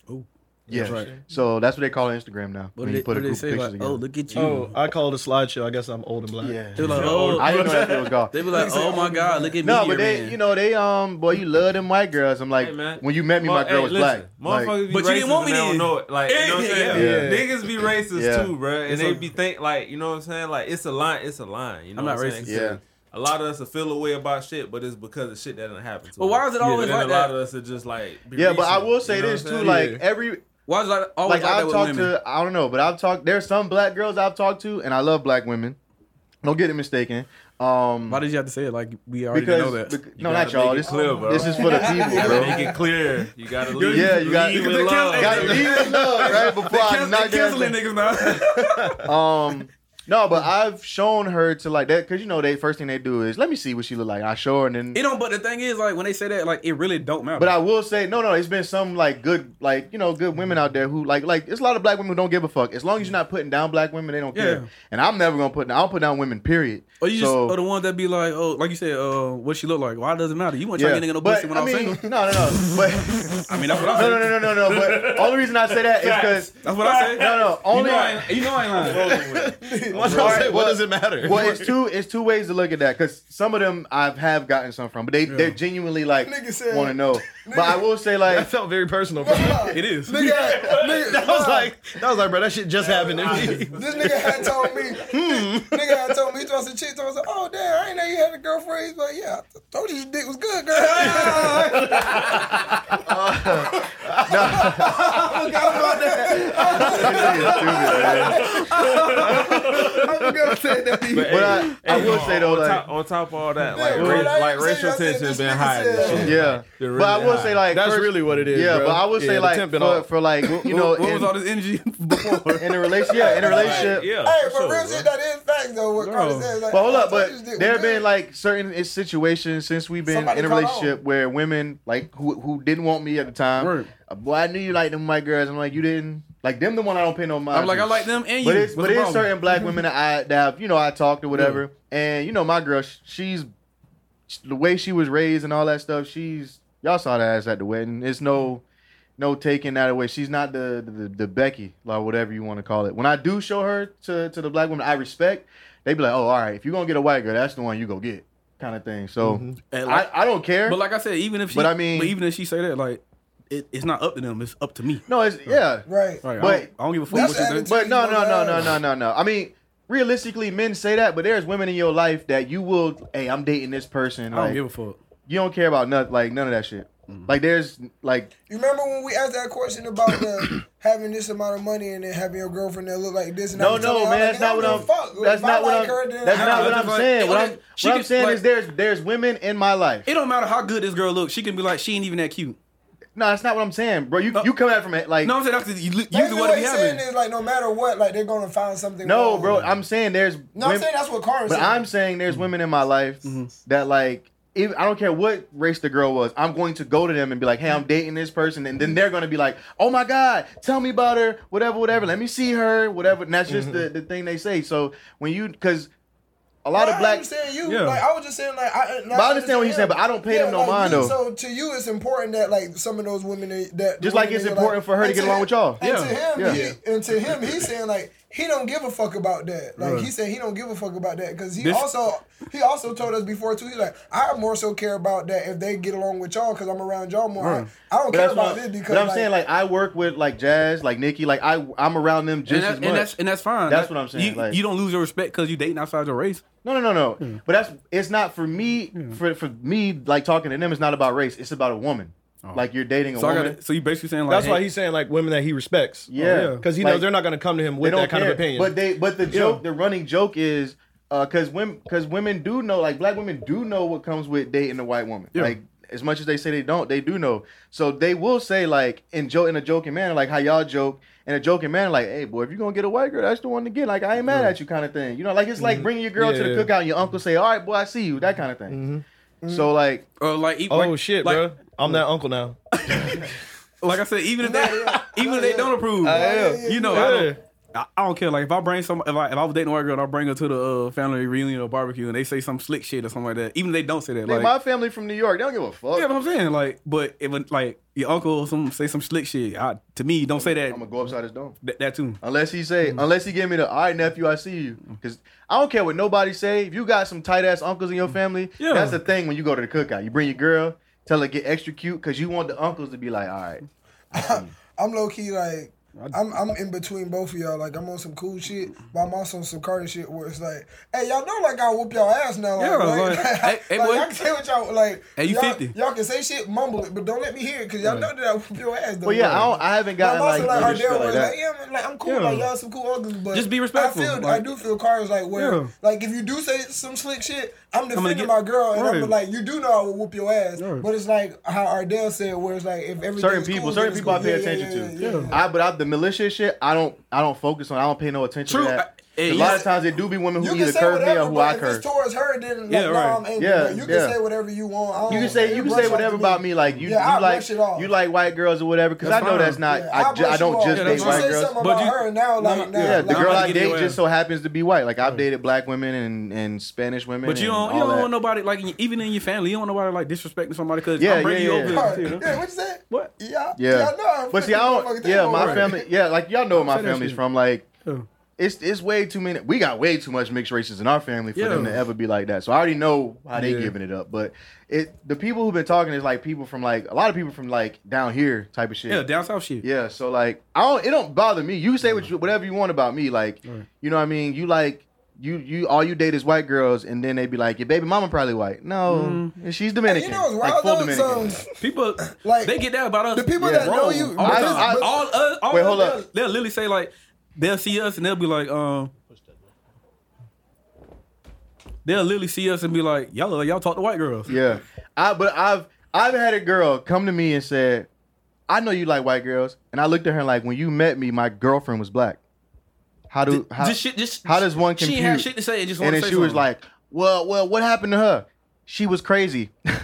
Oh. yeah. That's right. So that's what they call Instagram now. What when do you they, put what a do they group of say? pictures Like, together. oh, look at you. Oh, I call it a slideshow. I guess I'm old and black. yeah. they were like, oh, I didn't know that shit was called. they be like, oh my god, look at me. No, but they, you know, they um, boy, you love them white girls. I'm like, Hey, man. when you met me, my Mo- girl hey, was listen, black. Like, Motherfuckers be But you didn't racist want me and they then. don't know it. Like, you know what I'm Yeah, saying? yeah. Niggas be racist Yeah. too, bro. And It's they a- be think like, you know what I'm saying? Like, it's a line. It's a line. You know I'm what not I'm saying? racist. Yeah. A lot of us are feel away about shit, but it's because of shit that didn't happen. But why is it always and like a lot that? of us are just like. yeah, but I recent, will say you know this what too. I'm Like saying? every why is like always like like, that I've with talked women? to, I don't know, but I've talked. There's some black girls I've talked to, and I love black women. Don't get it mistaken. Um, Why did you have to say it? Like we already know that. because bec- You no, gotta not y'all. make it This, clear, bro. this is for the people, You bro. gotta make it clear. You gotta leave. Yeah, you got- leave Look at with the love. count- Got to leave love right before I knock canceling that. niggas now. Um, No, but I've shown her to like that because you know they first thing they do is let me see what she look like. I show her and then. It don't. But the thing is, like when they say that, like it really don't matter. But I will say no, no. It's been some like good, like you know, good women out there who like like. It's a lot of black women who don't give a fuck. As long as you're not putting down black women, they don't Yeah. care. And I'm never gonna put down. I don't put down women. Period. or you just So- or the ones that be like, oh, like you said, uh, what she look like? Why does it matter? You want to try getting no but, pussy when I I'm mean, single? No, no, no. But I mean, that's what I no, said. no, no, no, no, no. But only reason I say that is because That's what I said. no, no. Only You know, I ain't, you know I ain't lying. What, All right, well- does it matter? well, it's two. It's two ways to look at that because some of them I've have gotten some from, but they they genuinely like Nigga said- want to know. But I will say like that felt very personal. Bro. that It is. Nigga, nigga, that was like, that was like, bro, that shit just happened to me. This nigga had told me. nigga had told me. He told some chick. Told me, oh damn, I ain't know you had a girlfriend. He's like, yeah, I told you your dick was good, girl. I forgot about that. I forgot said that. to you. But I, I Hey, will on- say though, on, like, top, on top of all that, Yeah, like, bro, race, I ain't like say racial nothing, tension this been nigga high. and said- shit. yeah. They're but I really will high. say like, That's first- really what it is. yeah. bro. But I will say the like, temp and for, all. for like, you know, what was all in, this energy before? in a relationship, yeah, in a relationship. Yeah, Hey, for but real sure, shit, bro. that is facts though. What Carter said, like, But hold "Oh, I up, told but you his dick was there have good." been like certain i- situations since we've been Somebody in a call relationship where women like who who didn't want me at the time. Word. uh, Boy, I knew you liked them white girls. I'm like, you didn't like them. The one I don't pay no mind. I'm like, to. I like them and you. But it's What's but the it's problem? certain black women that I that I've, you know I talked or whatever, and you know my girl, sh- she's sh- the way she was raised and all that stuff. She's y'all saw that ass at the wedding. It's no no taking that away. She's not the the, the Becky like whatever you want to call it. When I do show her to to the black woman I respect, they be like, oh all right, if you gonna get a white girl, that's the one you go get kind of thing. So And like- I I don't care. But like I said, even if she, But I mean- but even if she say that, like it, it's not up to them. It's up to me. no, it's yeah. right. Like, I, But- don't, I don't give a fuck That's what you think. attitude. But no, You no, know no, that. no, no, no, no. I mean, realistically, men say that, but there's women in your life that you will. Hey, I'm dating this person. I don't Like, give a Mm-hmm. fuck. you don't care about nothing. Like none of that shit. Like there's like You remember when we asked that question about the having this amount of money and then having your girlfriend that look like this? And I no, was telling no, y'all, man. like, That's I not don't what give I'm. a fuck. If That's I not what like I'm her, then saying. That's I not like what just I'm like- saying. What I'm She what I'm can- saying like- is there's there's women in my life. It don't matter how good this girl looks. She can be like, she ain't even that cute. No, that's not what I'm saying, bro. You you come at it from it like No, I'm saying that's the- you, Basically usually what what it be he's saying having. is like no matter what, like they're gonna find something. no, wrong. bro. I'm saying there's No, I'm women- saying that's what Carter But said. I'm saying there's women in Mm-hmm. my life that like if, I don't care what race the girl was, I'm going to go to them and be like, "Hey, Mm-hmm. I'm dating this person," and then they're going to be like, "Oh my god, tell me about her, whatever, whatever. Let me see her, whatever." And that's just Mm-hmm. the, the thing they say. So when you, because a lot Well, of I black, understand you. Yeah. Like I was just saying, like I, uh, and But I understand what you're saying, but I don't pay them no mind, you- though. So to you, it's important that like some of those women that the Just like women it's that, important for her to and get along him- with y'all. And Yeah. to Yeah. him, he, and to him, he's saying like he don't give a fuck about that. Like he said, he don't give a fuck about that because he This- also he also told us before too. He's like, I more so care about that if they get along with y'all because I'm around y'all more. I, I but don't care that's about what, this because but I'm saying like I work with like Jazz, like Nikki, like I I'm around them just And, that, as much. and that's and that's fine. That's That- what I'm saying, You, like- you don't lose your respect because you dating outside your race. No, no, no, no. Mm. But that's it's not for me. For for me, like talking to them, it's not about race. It's about a woman. Like you're dating a Oh. So I woman. got. So you basically saying like, That's hey, why he's saying like women that he respects. Oh, Yeah. because he Like, knows they're not going to come to him they with don't that kind care. of opinion. But they but the joke, the running joke is uh, because women because women do know like black women do know what comes with dating a white woman. Like as much as they say they don't, they do know. So they will say like in joke in a joking manner, like how y'all joke in a joking manner, like hey boy, if you gonna get a white girl, that's the one to get. Like I ain't mad at you, kind of thing. You know, like it's like bringing your girl to the Mm-hmm. Yeah. Mm-hmm. cookout, and your uncle say, all right boy, I see you, that kind of thing. So like. uh, like, e- oh like- shit, like, bro, I'm that uncle now. Like I said, even if they yeah. even if they don't approve, am. you Oh, know, I Yeah. don't. I, I don't care. Like if I bring some, if I if I was dating a white girl, and I bring her to the uh, family reunion or barbecue, and they say some slick shit or something like that. Even if they don't say that, like Nigga, my family from New York, they don't give a fuck. Yeah, but I'm saying like, but if like your uncle or some say some slick shit, I, to me, don't say that I'm gonna go upside his dome. that, that too. Unless he say, Hmm. unless he give me the, all right, nephew, I see you. Because I don't care what nobody say. If you got some tight ass uncles in your Hmm. family, Yeah. that's the thing when you go to the cookout. You bring your girl, tell her get extra cute because you want the uncles to be like, all right. I'm low key like I'm I'm in between both of y'all. Like I'm on some cool shit, but I'm also on some Carter shit where it's like, hey, y'all know like I whoop y'all ass now. Like, Yeah, like, like, hey- hey, like, boy. I can tell what y'all like. Hey, you y'all, 50. Y'all can say shit, mumble it, but don't let me hear it because y'all know that I whoop your ass. Though, Well, yeah, I, Like, don't, I haven't my gotten mom's like, like, no like, shit our like like, that. like, yeah, man, like I'm cool, Yeah. like y'all some cool uncles, but Just be respectful, I feel, I like- do feel Carter's like where, Yeah. like if you do say some slick shit, I'm defending get- my girl, and I'm Right. like, you do know I will whoop your ass, Right. but it's like how Ardell said, where it's like if everything's Certain people, cool, certain then it's people I cool. pay Yeah, yeah, attention yeah, yeah, to. I, but I, the militia shit, I don't, I don't focus on. I don't pay no attention True, to that. I- A lot of times it do be women who either curve me or who but I if curve. it's towards her, then like, Yeah, nah, right. I'm angry. Yeah, But you can yeah. say whatever you want. I don't- You can say you can brush say off whatever to about me, like you Yeah, I you like brush it off. you like white girls or whatever, because I That's know that's fine. not Yeah, I, ju- I brush you don't off. just Yeah, date that's white fine. You say girls. something But about you- her now, like Nah, nah, yeah, Yeah, the Nah, like, girl I'm I getting date aware. just so happens to be white. Like I've dated black women and, and Spanish women. Oh. But you and don't, you all don't that. want nobody like in- even in your family. You don't want nobody like disrespecting somebody because Yeah, I'm bringing yeah, you yeah. over. Right. you know? Yeah, what you say? What? Yeah, Yeah, no, but see, I don't. Yeah, my family. Yeah, like y'all know where my Say that family's shit. from. Like, Yeah. it's it's way too many. We got way too much mixed races in our family for them Yeah. to ever be like that. So I already know how they Yeah. giving it up. But it the people who've been talking is like people from like a lot of people from like down here type of shit. Yeah, down south shit. Yeah, so like I don't it don't bother me. You say what you, whatever you want about me. Like, you know what I mean? You like you you all you date is white girls and then they be like, Your baby mama probably white. No, Mm-hmm. and she's Dominican. You know, it's like wild full though. Dominican. So, People Like, like they get that about us. the people Yeah. that know Wrong. you, all, I- the time. I- all, us- all Wait, us, hold up. They'll, they'll literally say like they'll see us and they'll be like, um, they'll literally see us and be like, y'all, look like y'all talk to white girls. Yeah. I but I've I've had a girl come to me and said, I know you like white girls. And I looked at her like when you met me, my girlfriend was black. How do how, Just shit, just how does one She compute? ain't had shit to say. and Just and wanna then she say was something. like, Well, well, what happened to her? She was crazy. I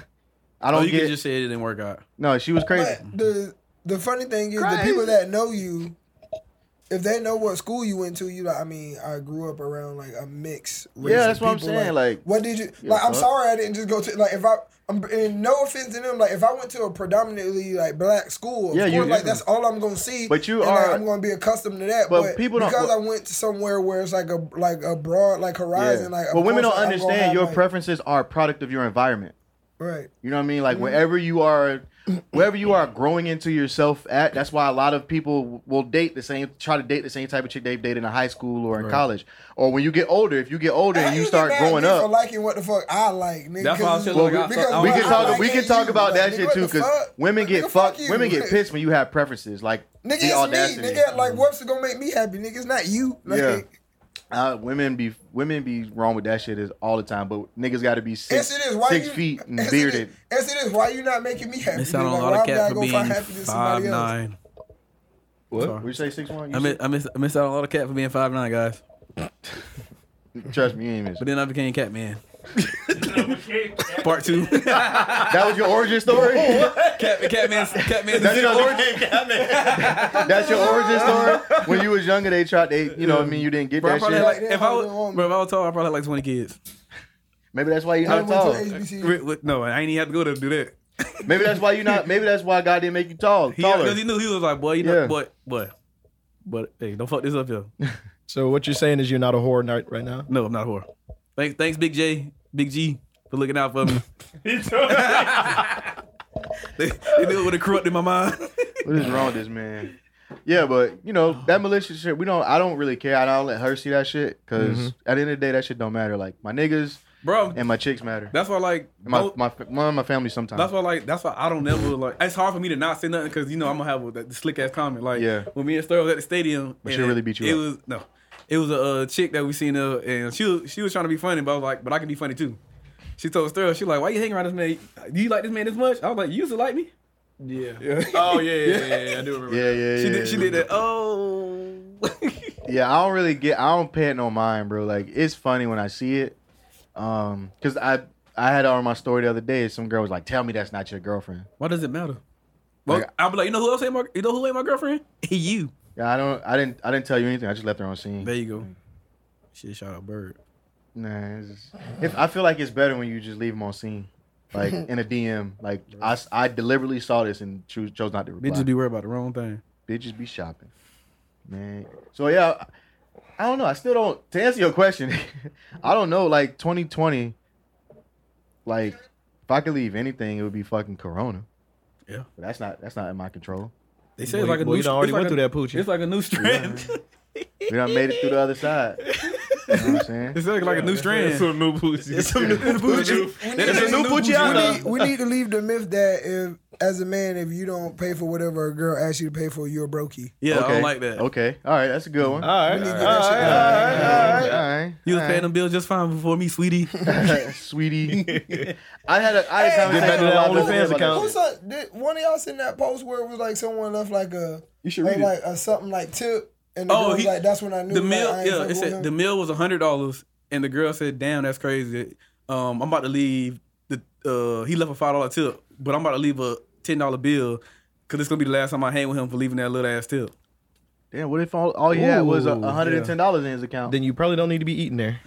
oh, don't you get could just say it didn't work out. no, she was crazy. But the the funny thing is the Crazy. people that know you, if they know what school you went to, you like I mean, I grew up around like a mix. race Yeah, that's of what I'm people, saying, like- what did you Yeah, like? I'm fuck. sorry, I didn't just go to like if I. I'm, and no offense to them, like if I went to a predominantly like black school, of Yeah, yeah, you- course, like that's all I'm gonna see. But you and, like, are- I'm gonna be accustomed to that. but But, people don't- because well- I went to somewhere where it's like a like a broad like horizon. Yeah. Like, of but women course, don't like, I'm gonna have, understand your like- preferences are a product of your environment. Right. You know what I mean? Mm-hmm. Like wherever you are, wherever you are growing into yourself at, that's why a lot of people will date the same, try to date the same type of chick they've dated in high school or in collge, or when you get older. If you get older and How you get start mad at growing me For up, liking what the fuck I like, nigga. That's why I Because- said, Well, like, I- because I- we I- can I talk. like we it, can you talk about like, that nigga, shit what too, the because fuck? women Nigga, get fuck fucked. you. Women get pissed when you have preferences, like Nigga, the it's audacity. me. Nigga, like, what's gonna make me happy? Nigga, it's not you. Like, Yeah. Uh, women be women be wrong with that shit is all the time, but niggas got to be six, Yes, it is. Why six you, feet and yes, it is. bearded. Yes, it is. Why you not making me happy? Miss out on nigga? a Like, lot why of would I cats for go being find happiness in five somebody else? nine. What? Sorry. Would you say six one? You I miss, I miss, I miss out on a lot of cat for being five nine, guys. said- trust me, you ain't miss. But then I became Catman. Part two. Cat, That was your origin story. Catman, Catman. That's your Catman. origin. That's your origin story. When you was younger, they tried. They, you know, what I mean, you didn't get Bro, I that probably shit. had like, Like, if I they was, don't want bro, if I was tall, I probably had like twenty kids. maybe that's why you're I not tall. went to HBCU. Re- with- No, I ain't even have to go there to do that. Maybe that's why you not. Maybe that's why God didn't make you tall. He, Taller. because he knew he was like, boy, you Yeah. know, boy, boy, but hey, don't fuck this up, yo. So what you're saying is you're not a whore night right now. No, I'm not a whore. Thanks, thanks, Big J, Big G, for looking out for me. they, they knew it would have corrupted my mind. What is wrong with this man? Yeah, but you know that malicious shit. We don't. I don't really care. I don't let her see that shit because at the end of the day, that shit don't matter. Like my niggas bro, and my chicks matter. that's why, like, And my don't- my my, my family sometimes. That's why, like, that's why I don't ever like. It's hard for me to not say nothing because you know I'm gonna have a, the slick ass comment. Like, Yeah. when me and Star was at the stadium, But and she really beat you It up. was no, it was a uh, chick that we seen uh, and she was, she was trying to be funny, but I was like, but I can be funny too. She told Sterl, she like, why you hanging around this man? Do you like this man this much? I was like, you used to like me. Yeah. Oh yeah, yeah, yeah, yeah, I do remember. yeah, yeah, yeah. She did, she yeah. did that. Oh, Yeah, I don't really get. I don't pay it no mind, bro. Like it's funny when I see it, um, cause I I had on my story the other day. Some girl was like, "Tell me that's not your girlfriend." why does it matter? Well, Like- I'll be like, you know who else ain't my, you know who ain't my girlfriend? you. Yeah, I don't. I didn't. I didn't tell you anything. I just left her on scene. There you go. Shit, shout out Bird. Nah, it's just- if, I feel like it's better when you just leave them on scene, like in a DM. Like I, s- I deliberately saw this and choose, chose not to reply. Bitches be worried about the wrong thing. bitches be shopping, man. So yeah, I don't know. I still don't. To answer your question, I don't know. Like 2020, like if I could leave anything, it would be fucking Corona. Yeah. but that's not that's not in my control. They say Well, it's like a well, new. you done already it's went like through a- that poochie. It's like a new strand. We done made it through the other side. You know what I'm saying? It's like, like a new strand. It's a new booty. It's a new booty. It's a new booty We need, we need to leave the myth that if, as a man, if you don't pay for whatever a girl asks you to pay for, you're a brokey. Yeah, I Okay. don't like that. Okay, all right, that's a good one. All All right. All We need right. to get that shit out. right, all right. You was paying them bills just fine before me, sweetie. sweetie. I had a I had a conversation Hey, back to with that a lot of OnlyFans fans account. Who saw, did one of y'all seen that post where it was like someone left like a You should like, read it. like a something like tip And the Oh, girl was he- like, that's when I knew. the like, meal, I ain't yeah, fucking it with said him. the meal was hundred dollars, and the girl said, "Damn, that's crazy. Um, I'm about to leave the. Uh, he left a five dollar tip, but I'm about to leave a ten dollar bill, cause it's gonna be the last time I hang with him for leaving that little ass tip. Damn, what if all, all he had was a Ooh, $110 in his account? Then you probably don't need to be eating there.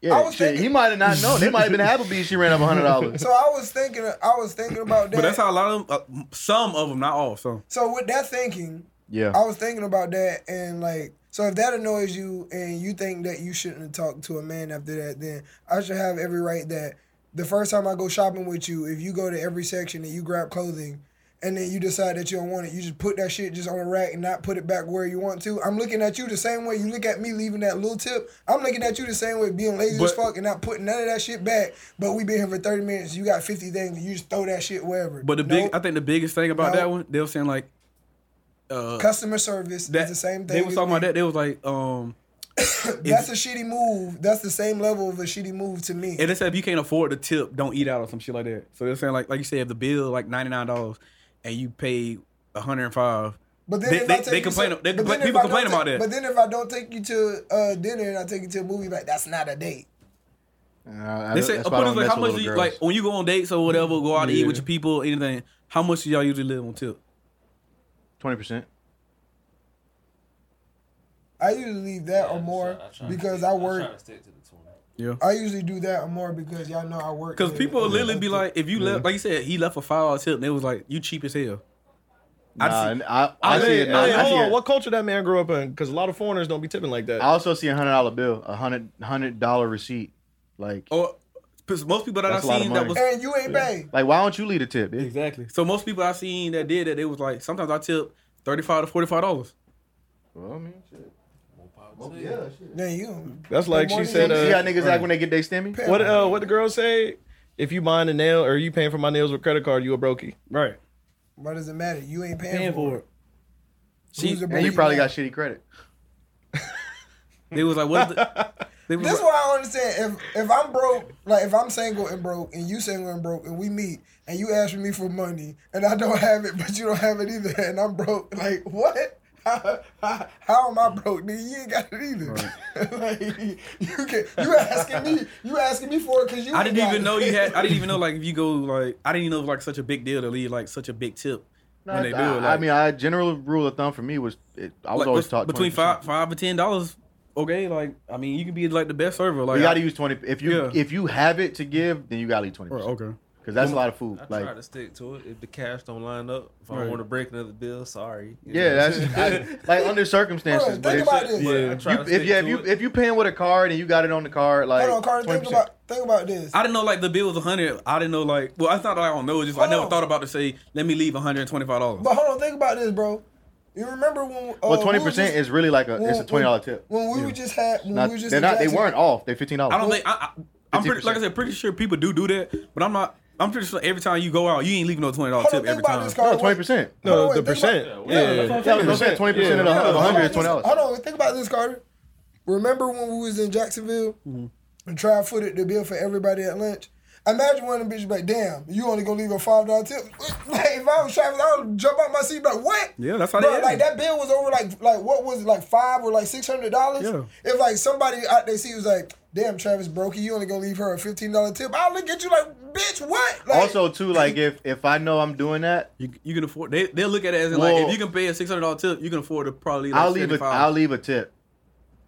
yeah, I was shit, thinking- he might have not known. They might have been Applebee's. She ran up $100. So I was thinking, I was thinking about that. But that's how a lot of them, uh, some of them, not all, some. so with that thinking, yeah. I was thinking about that and like so if that annoys you and you think that you shouldn't have talked to a man after that, then I should have every right that the first time I go shopping with you, if you go to every section and you grab clothing and then you decide that you don't want it, you just put that shit just on a rack and not put it back where you want to. I'm looking at you the same way you look at me leaving that little tip. I'm looking at you the same way being lazy as But- fuck and not putting none of that shit back. But we been here for 30 minutes. You got 50 things. And you just throw that shit wherever. But the big, Nope. I think the biggest thing about No. that one, they were saying like, uh, customer service is that the same thing. They was as talking me. about that. They was like, um, That's a shitty move. That's the same level of a shitty move to me. and they said if you can't afford the tip, don't eat out or some shit like that. So they're saying like, like you said, if the bill like ninety nine dollars, and you pay hundred and five, But then They- if they- I take they you complain- to, they but compla- then if people I don't complain take- about that. But then if I don't take you to uh, dinner and I take you to a movie, like that's not a date. Nah, I- They say, that's uh, why I put it don't like mess how with much do little you, girls. like when you go on dates or whatever, go out to eat with your people, anything. How much do y'all usually live on tip? 20%. I usually leave that or more because I I work. try to stick to the twenty. I usually do that or more because y'all know I work. Because here. people Yeah. literally be like, if you left, like you said, he left a five dollar tip, and it was like, you cheap as hell. Nah, I see. I, I, see it. now. Hey, I, see hold on. it. What culture that man grew up in? Because a lot of foreigners don't be tipping like that. I also see a $100 bill, a $100, $100 receipt. Like, Or 'cause most people that I That's a lot of seen that money. was and you ain't paid. like why don't you leave a tip? Dude? exactly. So most people I seen that did that, they was like, sometimes I tip thirty five to forty five dollars. Well, I mean, shit. Then you. That's like she morning, said. you Uh, see how niggas act when they get they stimmy? What uh, what the girls say? If you buying a nail or you paying for my nails with credit card, you a brokey. Right. Why does it matter? You ain't paying, Paying for it. Who's the And you booty probably man? got shitty credit. They was like, what? Is the, they was This is like, why I don't understand. If if I'm broke, like if I'm single and broke, and you single and broke, and we meet, and you ask me for money, and I don't have it, but you don't have it either, and I'm broke, like what? How, how, how am I broke, nigga? You ain't got it either. like you can, you asking me, you asking me for it because you. I ain't didn't got even it. know you had. I didn't even know like if you go like I didn't even know it was like such a big deal to leave like such a big tip when they do it. I, Like, I mean, I general rule of thumb for me was it, I was like, always bet- taught between 20%. five five and ten dollars. Okay, like I mean, you can be like the best server. Like You gotta use twenty. If you Yeah. if you have it to give, then you gotta leave twenty. Or, Because okay. that's a lot of food. I try Like to stick to it. If the cash don't line up, if I Right. want to break another bill, sorry. You know? yeah, that's I- like under circumstances. Bruh, but think if, about this. But I try you, to if stick yeah, if to you it. if you paying with a card and you got it on the card, like Hold on, Carter. Think 20%. about think about this. I didn't know like the bill was a hundred. I didn't know like well, it's not that I don't know. It's just I never Oh. thought about to say let me leave one hundred and twenty five dollars. but hold on, think about this, bro. You remember when? Uh, well, we twenty was percent just- is really like a it's a when- twenty dollar tip. When we were just had, when Not- we were just they're in not. They Jackson- weren't off. They fifteen I don't dollars. think I, I, am pretty, 50%. like I said, pretty sure people do do that, but I'm not. I'm pretty sure every time you go out, you ain't leaving no twenty dollar Hold tip on, think every about time. this, No, Carter. twenty percent. No, Hold on, the wait, think about- percent. yeah, yeah, yeah. Twenty percent of Hold hundred on, is twenty dollars. Hold on, think about this, Carter. Remember when we was in Jacksonville and tried footed the bill for everybody at lunch? Imagine one of them bitches be like, damn, you only gonna leave a five dollar tip. Like if I was traveling, I would jump out my seat be like, what? Yeah, that's how Bruh, they is. like that bill was over like like what was it, like five or like six hundred dollars? Yeah. If like somebody out there see was like, damn, Travis Brokey, you only gonna leave her a fifteen dollar tip, I'll look at you like, bitch, what? Like, Also, too, like if if I know I'm doing that, You, you can afford. They they'll look at it as in, like Well- if you can pay a six hundred dollar tip, you can afford to probably. Like I'll leave a 75. I'll leave a tip,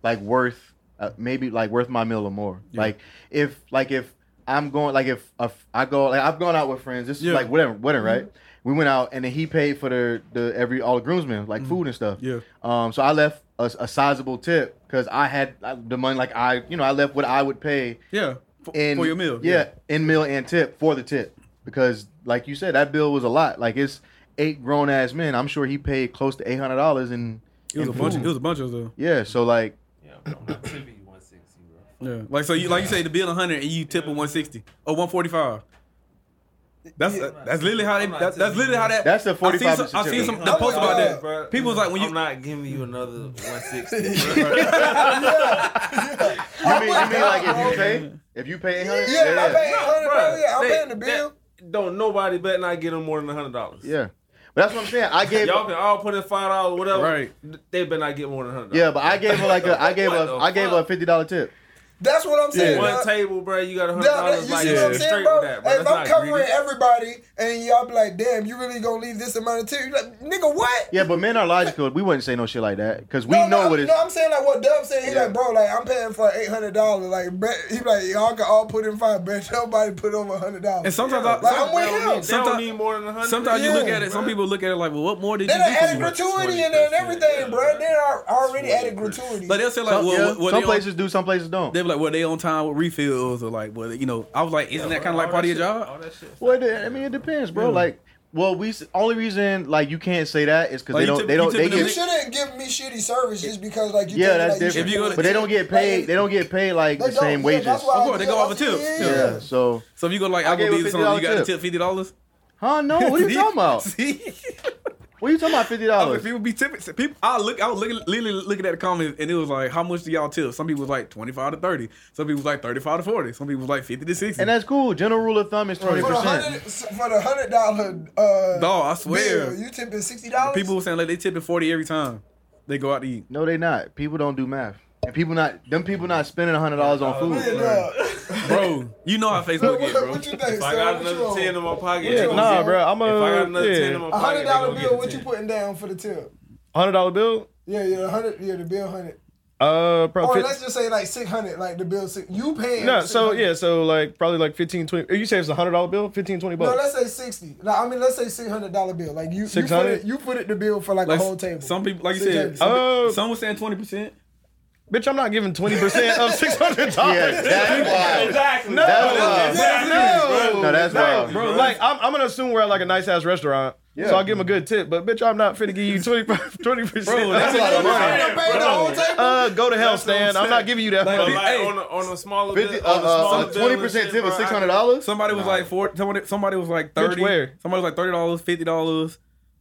like worth uh, maybe like worth my meal or more. Like if like if I'm going like if, if I go like I've gone out with friends. This Yeah. Mm-hmm. is like whatever wedding right. We went out and then he paid for the the every all the groomsmen like food and stuff. Mm-hmm. Yeah. Um. So I left a, a sizable tip because I had uh, the money. Like I you know I left what I would pay yeah for, in for your meal. Yeah, in meal and tip for the tip because, like you said, that bill was a lot. Like it's eight grown ass men. I'm sure he paid close to eight hundred dollars in. it was a in bunch. Of, food. it was a bunch of them. yeah, so like Yeah, bro, I'm not tipping you 160, bro. Yeah, like so you like you say the bill 100 and you tip a 160 or 145. That's that's literally how they that, that's literally how that That's a I seen 45 some- I seen some the I'm post not- about Yeah. that. bro. People was like when you I'm not giving you another 160. bro. you mean, you mean like if you pay if you pay eight hundred? yeah, I paid Nah, $100, bruh, yeah, I'm they- paying the that- bill. Don't nobody better not get them more than hundred dollars. Yeah. But that's what I'm saying. I gave Y'all can all put in five dollars, whatever. Right. They better not get more than hundred. yeah, but I gave her like a I gave What her the I gave her a fuck? fifty dollar tip. That's what I'm saying. one dog. table, bro. You got a hundred Yeah, dollars. you Like, see what I'm yeah. saying, straight bro? with that, bro. if That's I'm not covering greedy. everybody and y'all be like, damn, you really gonna leave this amount of tip? You're like, nigga, what? Yeah, but men are logical. We wouldn't say no shit like that because we No, know no, what it's. No, I'm saying like what Dub said. He Yeah. like, bro, like I'm paying for eight hundred dollars. Like, bet, he like, y'all can all put in five. Bet nobody put over hundred dollars. And sometimes I, Like, some- I'm with They him. don't need- They don't Sometimes- need more than a hundred. sometimes you look Yeah, at it. Some people look at it like, well, what more did They you done do for added me? gratuity in there and everything, bro. They are already added gratuity. Like they'll say like, Some, well, yeah, what- what some they on- places do, some places don't. They be like, well, they on time with refills or like, well, you know, I was like, isn't that kind of like part of your job? All that shit. Well, it- I mean, it depends, bro. Like, well, we s- only reason like you can't say that is because Like, they you don't, tip- they you don't, tipping they them you niggas? get. shouldn't give me shitty service just because like you. Yeah, think, that's like, you different. If you go to- but they don't get paid. They don't get paid like They the same don't, yeah, wages. that's why Of course, they go I off of said, tips, yeah, yeah. yeah. yeah. So, So if you go to like I gave Applebee's a or something, you got to $50 tip fifty dollars. huh? No, Oh, what are you talking about? See, What are you talking about? I Fifty mean, dollars. people be tipping. so People, I look, I was looking, literally looking at the comments, and it was like, how much do y'all tip? Some people was like twenty five to thirty. Some people was like thirty five to forty. Some people was like fifty to sixty. And that's cool. General rule of thumb is twenty For the percent. hundred, for the hundred dollar uh, Dog, I swear. bill, you tipping sixty dollars. People was saying like they tipping forty every time they go out to eat. No, they not. People don't do math. And people not them people not spending hundred dollars on Yeah, food. dog. Bro, you know how What, Facebook is, what, bro. what you think? If I got another ten in my pocket, Yeah, yeah, nah, bro. I'm If I got a another ten in yeah. my A pocket, hundred they dollar gonna get bill. a What you 10. putting down for the tip? hundred dollar bill. Yeah, yeah, the hundred. Yeah, the bill hundred. Uh, Or probably. let's just say like six hundred. Like the bill, six, you paying? No, so 600. yeah, so like probably like 15, 20. You say it's a hundred dollar bill, 15, 20 No, bucks. let's say sixty. Like, I mean, let's say six hundred dollar bill. Like you, you put 600? it, you put it the bill for like, Like a whole table. some people, like you Six said, oh, tables. some, Uh, some was saying twenty percent. Bitch, I'm not giving twenty percent of six hundred dollars. Yeah, that's wild. Exactly. No, That's wild. that's- no, No, that's wild. bro. Like, I'm, I'm gonna assume we're at like a nice ass restaurant, so I'll give him a good tip. But bitch, I'm not finna give you 20 percent. that's a lot of money. You pay the whole table. Uh, go to hell, That's what I'm Stan. I'm saying. not giving you that. Like, But money. like Hey. on, a, on a smaller Fifty bill, on a smaller uh, bill twenty and percent shit, tip of bro, six hundred dollars. Somebody was like four. Somebody, somebody was like thirty. where? Somebody was like thirty dollars, fifty dollars.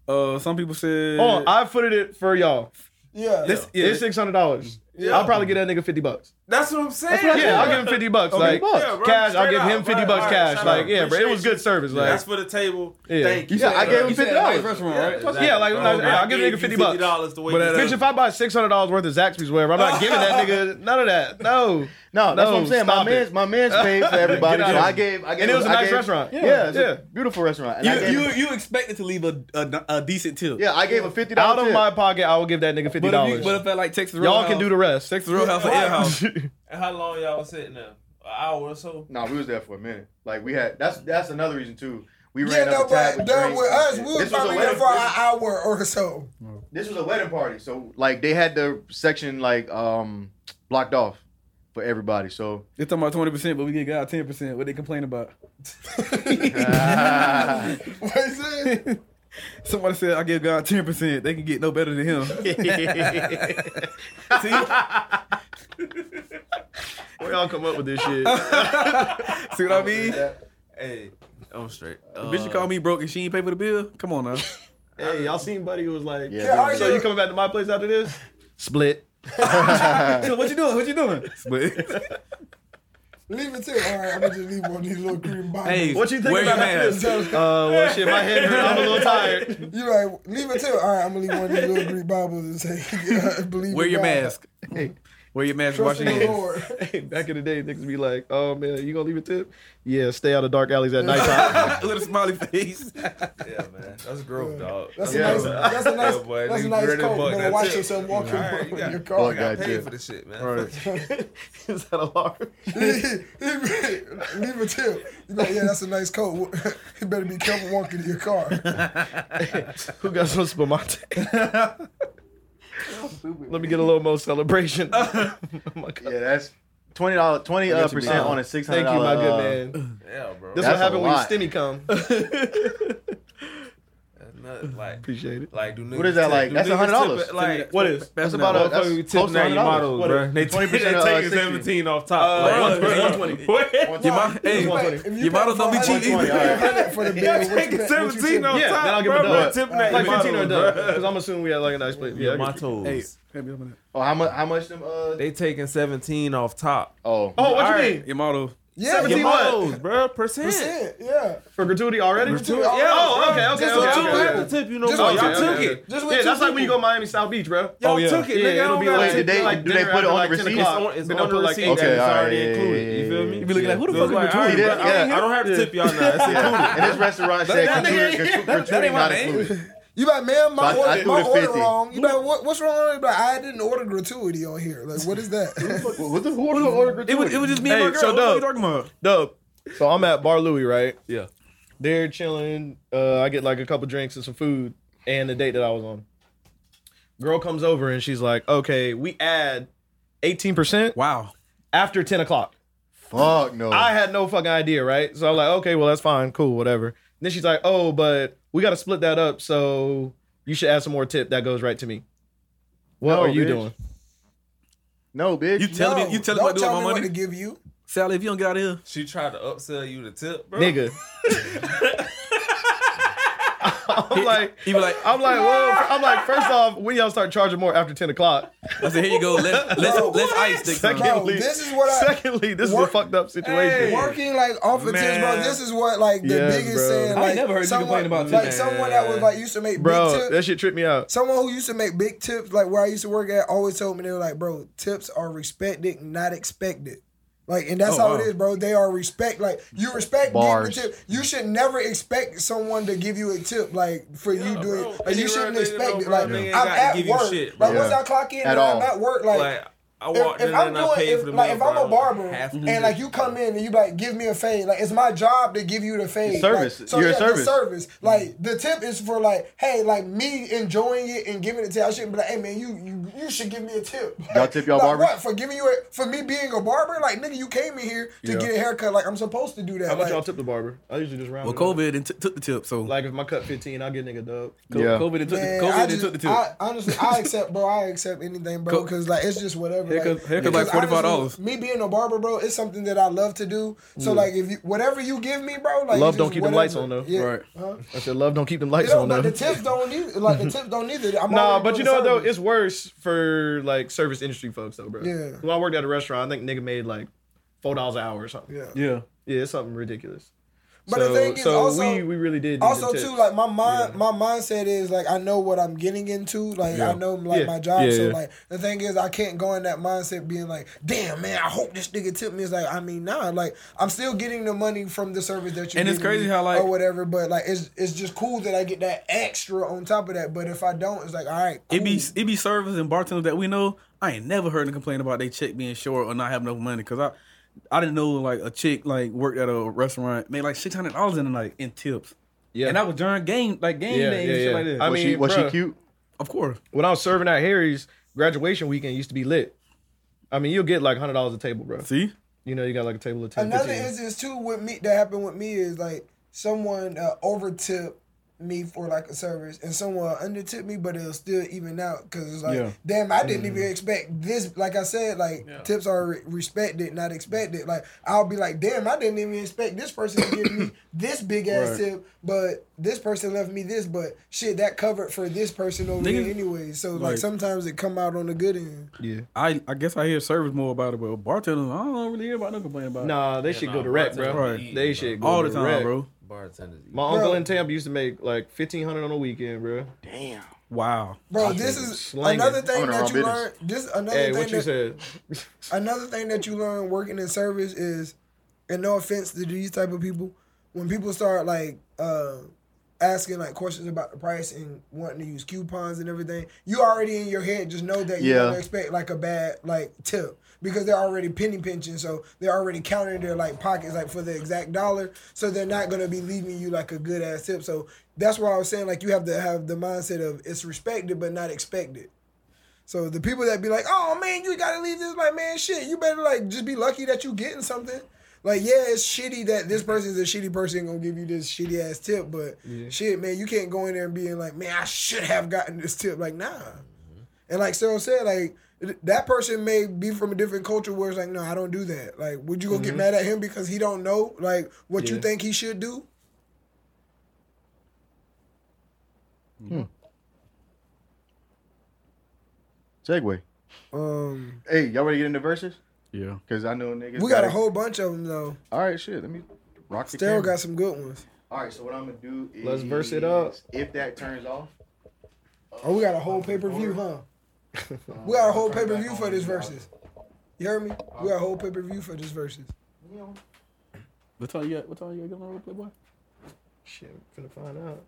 Uh, some people said. Hold on, Oh, I footed it for y'all. yeah. this, yeah, It's six hundred dollars. Yeah. I'll probably get that nigga fifty bucks. That's what I'm saying. Yeah, I'll give him fifty bucks. Like bucks. Yeah, bro, cash, I'll straight give him up. fifty Right, bucks right, cash. shout Like out. yeah, bro, it was Appreciate good service. Like That's for the table. Yeah. Thank you. Yeah, I gave him You said fifty a nice dollars. restaurant, right? Yeah, like, Bro, like, bro, yeah, I'll I Oh, give gave the nigga you 50 bucks. $50 the way But, you uh, did Bitch, if I buy six hundred dollars worth of Zaxby's, whatever, I'm not giving that nigga none of that. No, No, that's No, what I'm saying. My stop it. man's my man's paid for everybody. Get out so of I here. gave I gave And it was a I nice gave- restaurant. Yeah, Yeah, it's yeah. a beautiful restaurant. And I You, gave, you you expected to leave a a, a decent tip. yeah, I gave a fifty out dollars of my pocket, I will give that nigga fifty But if, you, dollars. but if at like Texas Y'all Roadhouse, can do the rest. Texas Roadhouse or Air House. And how long y'all was sitting there? An hour or so. No, we was there for a minute. Like we had that's that's another reason too. We Yeah, ran no, up the tab but with, done drinks with and us, shit. we was this was a probably there wedding. for an hour or so. This was a wedding party, so like they had the section like um blocked off for everybody. So They're talking about twenty percent, but we get got ten percent. What they complain about? What you saying? Somebody said I give God ten percent. They can get no better than him. see, Where y'all come up with this shit? see what I mean? Hey, I'm straight. Uh, Bitch, you call me broke and she ain't pay for the bill. Come on now. hey, y'all seen Buddy who was like, yeah, Yeah, dude, I so you coming back to my place after this? Split. So what you doing? What you doing? But- Leave it too. All right, I'm gonna just leave one of these little green boxes. hey, What you think where about your mask? this? Tell- Uh, well, shit, my head hurt. I'm a little tired. You like leave it too. All right, I'm gonna leave one of these little green Bibles and say, yeah, believe. Wear in your God. mask. Wear your mask. Wash Trust in your the hands. Lord. Hey, back in the day, niggas be like, oh man, you gonna leave a tip? Yeah, stay out of dark alleys at nighttime. With a smiley face. Yeah, man. That's growth, dog. That's Yeah. a nice. That's a nice. Yeah, boy, that's a nigga nice gritted coat. buck, Never that's watch it. yourself walking All right, you in got- your Fuck car. that I paid tip. for this shit, man. Is that alarm? leave a tip. You know, yeah, that's a nice coat. you better be careful walking in your car. Who got some Spumante? Let me get a little more celebration. oh my God. yeah, that's twenty dollars twenty uh, you, percent bro. on a six hundred Thank you, dollar. uh, my good man. Yeah, bro. This That's what a happened when your lot. stimmy come. That's nothing, like, Appreciate it. like, do niggas What is that tip- like? do That's niggas $100. tip it, Like, What is? That's about a that's Motherfucker, close tipping to out hundred your dollars. models, What bro. is- They twenty 20% percent of, uh, taking 60. seventeen off top. Uh, Like, 120. What? Your mom, hey, Wait, $120. if you Your pay models don't be cheap 500, either. you pay 100 for the bill. Yeah, What you taking pay- what you seventeen tip? off Yeah, top. then I'll give bro, it bro, up. tipping Like that Like your 15 or model, done. bro. Because I'm assuming we had like a nice place. Yeah, Yeah, I my get you. toes. Hey, hand me up on that. Oh, how much? How much? Them. Uh, They taking 17 off top. oh, Oh, what All you right. mean? Your model, Yeah, Your you mom- Moles, bro. Percent. percent. Yeah. for gratuity already. Gratuity Yeah. already. Oh, okay, okay, Just okay. with Y'all two okay, had okay. the tip, you know. Just Oh, with y'all two took people. it. Just Yeah, that's like when you go Miami South Beach, bro. Oh, Y'all yeah. took it. Yeah, nigga, I it'll don't be gotta like- Wait, did tip they you like do they dinner put it after on like the 10 receipt? o'clock. It's on, it's Been on up the till, like, receipt. eight Okay, Okay, it's all already right, included. yeah, You yeah, feel me? yeah, You yeah. be looking like, who the Yeah. fuck is See, like, all right, that- bro, I yeah. don't have to tip y'all now. It's included. And this restaurant said That- that gratuity- nigga- gratu- gratuity not included. You like, man, my So I- I order, threw my the order 50. wrong. You like, what, what's wrong? You like, I didn't order gratuity on here. Like, what is that? What the- Who ordered order gratuity? It was, it was just me and Hey, my girl. so what the fuck Dub. you talking about? Dub. So I'm at Bar Louie, right? Yeah. They're chilling. Uh, I get like a couple drinks and some food, and the date that I was on. Girl comes over and she's like, "Okay, we add 18 percent Wow. after 10 o'clock." Fuck no. I had no fucking idea, right? So I'm like, "Okay, well that's fine, cool, whatever." And then she's like, "Oh, but we got to split that up, so you should add some more tip that goes right to me." What No, are you bitch. doing? No, bitch. You telling me? You telling me don't what to do with tell my me what to money? give you. Sally, if you don't get out of here, She tried to upsell you the tip, bro. nigga. I'm like, you be like, I'm like, whoa. I'm like, first off, when y'all start charging more after 10 o'clock? I said, here you go. Let's let's, let's ice this. Second- time. Bro, leave. this is what I Secondly, this is Work- a fucked up situation. Hey. working like off of tips, bro. Man. This is what like the Yeah, biggest bro. I saying. ain't Like, never heard you someone, complain about like tips. someone that was like used to make big Bro, tips. that shit tripped me out. Someone who used to make big tips, like where I used to work at, always told me they were like, "Bro, tips are respected, not expected." Like, and that's Oh, how wow. it is, bro. They are respect. Like, you respect Bars. giving a tip. You should never expect someone to give you a tip, like for you doing. bro. Like, you Nigga, shouldn't bro, nigga, expect no, it. bro, Like, nigga ain't I'm gotta at give you work. shit, like, bro. once I clock in, At and I'm all. at work. Like I If, walked if in there I'm and I doing, paid for if, the like, meal, if I'm bro. a barber Half and the like you come in and you like give me a fade, like it's my job to give you the fade. Like, service. You're a yeah, the service. service. Like the tip is for like, hey, like me enjoying it and giving it to. You. I shouldn't be like, hey man, you you, you should give me a tip. Y'all tip y'all like, barber? What for giving you a for me being a barber? Like nigga, you came in here to get a haircut. Like I'm supposed to do that. How much like, y'all tip the barber? I usually just round Well, it up. COVID and t- took the tip, so Like, if my cut 15, I'll get nigga dub. Yeah. COVID and took the, Man, COVID I and just, took the tip. I, honestly, I accept, bro. I accept anything, bro, Co- because like it's just whatever. Here comes- here comes, because like, $45. honestly, Me being a barber, bro, it's something that I love to do. Mm. So like, if you whatever you give me, bro, like Love it's don't just keep them whatever. lights on, though. Yeah. Right. Huh? I said, love, don't keep them You lights know, on, but though. the tips don't either. Like the tips don't either. I'm Nah, always but you doing know what, though, service. it's worse for like service industry folks though, bro. Yeah. When I worked at a restaurant, I think nigga made like four dollars an hour or something. Yeah. yeah, Yeah, it's something ridiculous. But so, the thing is so also- we, we really did. need also the tips. too like my mind my mindset is like i know what i'm getting into like i know like Yeah. my job Yeah, so yeah. like the thing is i can't go in that mindset being like damn man i hope this nigga tip me it's like i mean nah like i'm still getting the money from the service that you And it's crazy how, like- or whatever but like it's it's just cool that i get that extra on top of that but if i don't it's like all right cool. it be it be servers and bartenders that we know. I ain't never heard them complain about they check being short or not having enough money because I. I didn't know like a chick like worked at a restaurant made like six hundred dollars in a night in tips, yeah. and that was during game like game Yeah, days yeah, and shit yeah. like that. I Was mean, she was she bruh. cute? of course, when I was serving at Harry's, graduation weekend used to be lit. I mean, you'll get like hundred dollars a table, bro. see, You know, you got like a table of ten. Another 15. instance too with me that happened with me is like someone uh, over tipped me for like a service and someone under tipped me, but it'll still even out because it's like, Yeah. damn, I didn't even expect this. Like I said, like tips are re- respected, not expected. Like I'll be like, damn, I didn't even expect this person to give me this big Right. ass tip, but this person left me this, but shit that covered for this person over Niggas- here anyway. So like, like- sometimes it come out on the good end. yeah. I I guess I hear service more about it, but bartenders I don't really hear about no complain about it Nah, they should nah, go direct, bro. bartender eat, They bro. should go all the time, direct. bro. Bartenders. My uncle Bro. in Tampa used to make like fifteen hundred on a weekend, bro. Wow, Bro, this is slanging. another I'm thing in the that wrong you business. learn. This another Hey, thing what that, you said? another thing that you learn working in service is, and no offense to these type of people, when people start like uh, asking like questions about the price and wanting to use coupons and everything, you already in your head just know that you Yeah. don't expect like a bad like tip because they're already penny pinching, so they're already counting their like pockets like for the exact dollar, so they're not gonna be leaving you like a good ass tip. So that's why I was saying like you have to have the mindset of it's respected but not expected. So the people that be like, "Oh man, you gotta leave this," like, man, shit, you better like just be lucky that you getting something. Like, yeah, it's shitty that this person's a shitty person gonna give you this shitty ass tip, but shit, man, you can't go in there and being like, "Man, I should have gotten this tip." Like, nah. And like Cyril said, like th- that person may be from a different culture where it's like, "No, I don't do that." Like, would you go get mad at him because he don't know like what you Yeah. think he should do? Segway. Um, Hey, y'all ready to get into verses? Yeah. Because I know niggas. We got gotta- a whole bunch of them though. All right, shit. Let me rock the Daryl camera. got some good ones. All right, so what I'm gonna do is Let's verse it up. If that turns off, Oh, we got a whole pay per view, huh? we got a whole pay per view for this versus. You heard me? We got a whole pay per view for this versus. What time you got? What time you got going on, Playboy? Shit, I'm finna find out.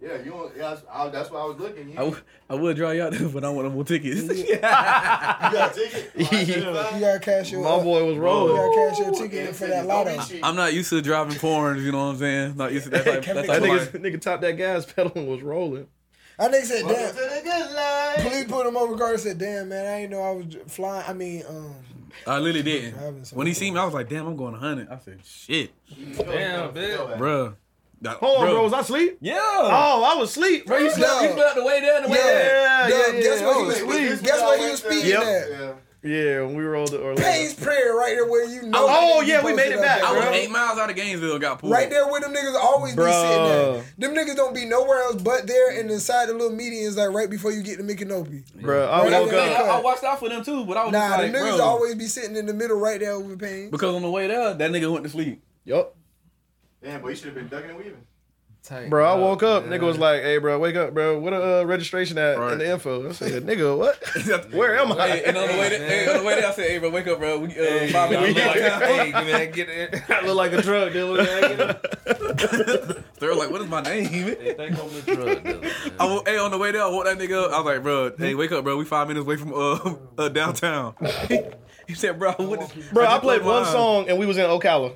yeah, you. don't- Yeah, that's- I- that's why I was looking. You, I, w- I would draw you out, but I want no more tickets. you got a ticket? You gotta cash your. uh, My boy was You rolling. gotta cash your ticket for that lotto. I'm not used to driving porns. You know what I'm saying? Not used to that type. that That type of nigga, life. nigga topped that gas pedal and was rolling. I think said, Welcome to damn. the good life. Police put him over guard and said, damn, man, I didn't know I was dr- flying. I mean, um, I literally Driving didn't. so When he seen me, I was like, "Damn, I'm going 100." I said, "Shit, Damn, bitch. bruh." Nah, Hold on, bruh. bro. Was I asleep? Yeah. Oh, I was asleep. Bro, you slept- you slept the way there the way Yeah. there. Yeah, Dub, yeah, yeah. guess what I he was made? asleep. Please, guess what he was speaking at? Yeah. Yeah, when we rolled to Orlando. Payne's prayer right there where you know. Oh, that yeah, you we posted made it up back, there, I was bro. eight miles out of Gainesville. Got pulled. Right there where them niggas always Bruh. be sitting at. Them niggas don't be nowhere else but there and inside the little medians like right before you get to Micanopy. Bro, I Bro, woke that up. nigga- I, I watched out for them too, but I was Nah, just like, the niggas bro, always be sitting in the middle right there over Payne. because on the way there, that nigga went to sleep. Yup. Damn, but you should have been ducking and weaving. Bro, Uh, I woke up. Nigga was like, hey, bro, wake up, bro. What a uh, registration at Right. in the info? I said, nigga, what? Where am I? Hey, and on the way there, hey, on the way there, I said, "Hey, bro, wake up, bro. We uh, five I'm minutes late." like, hey, give me that, get it. I look like a drug dealer. man. Get it. They were like, "What is my name?" They think I'm a drug dealer. man. I wa- hey, on the way there, I woke that nigga up. I was like, bro, hey, wake up, bro. We five minutes away from uh, uh downtown. he said, bro, what is, Bro, I just played one mine. song and we was in Ocala.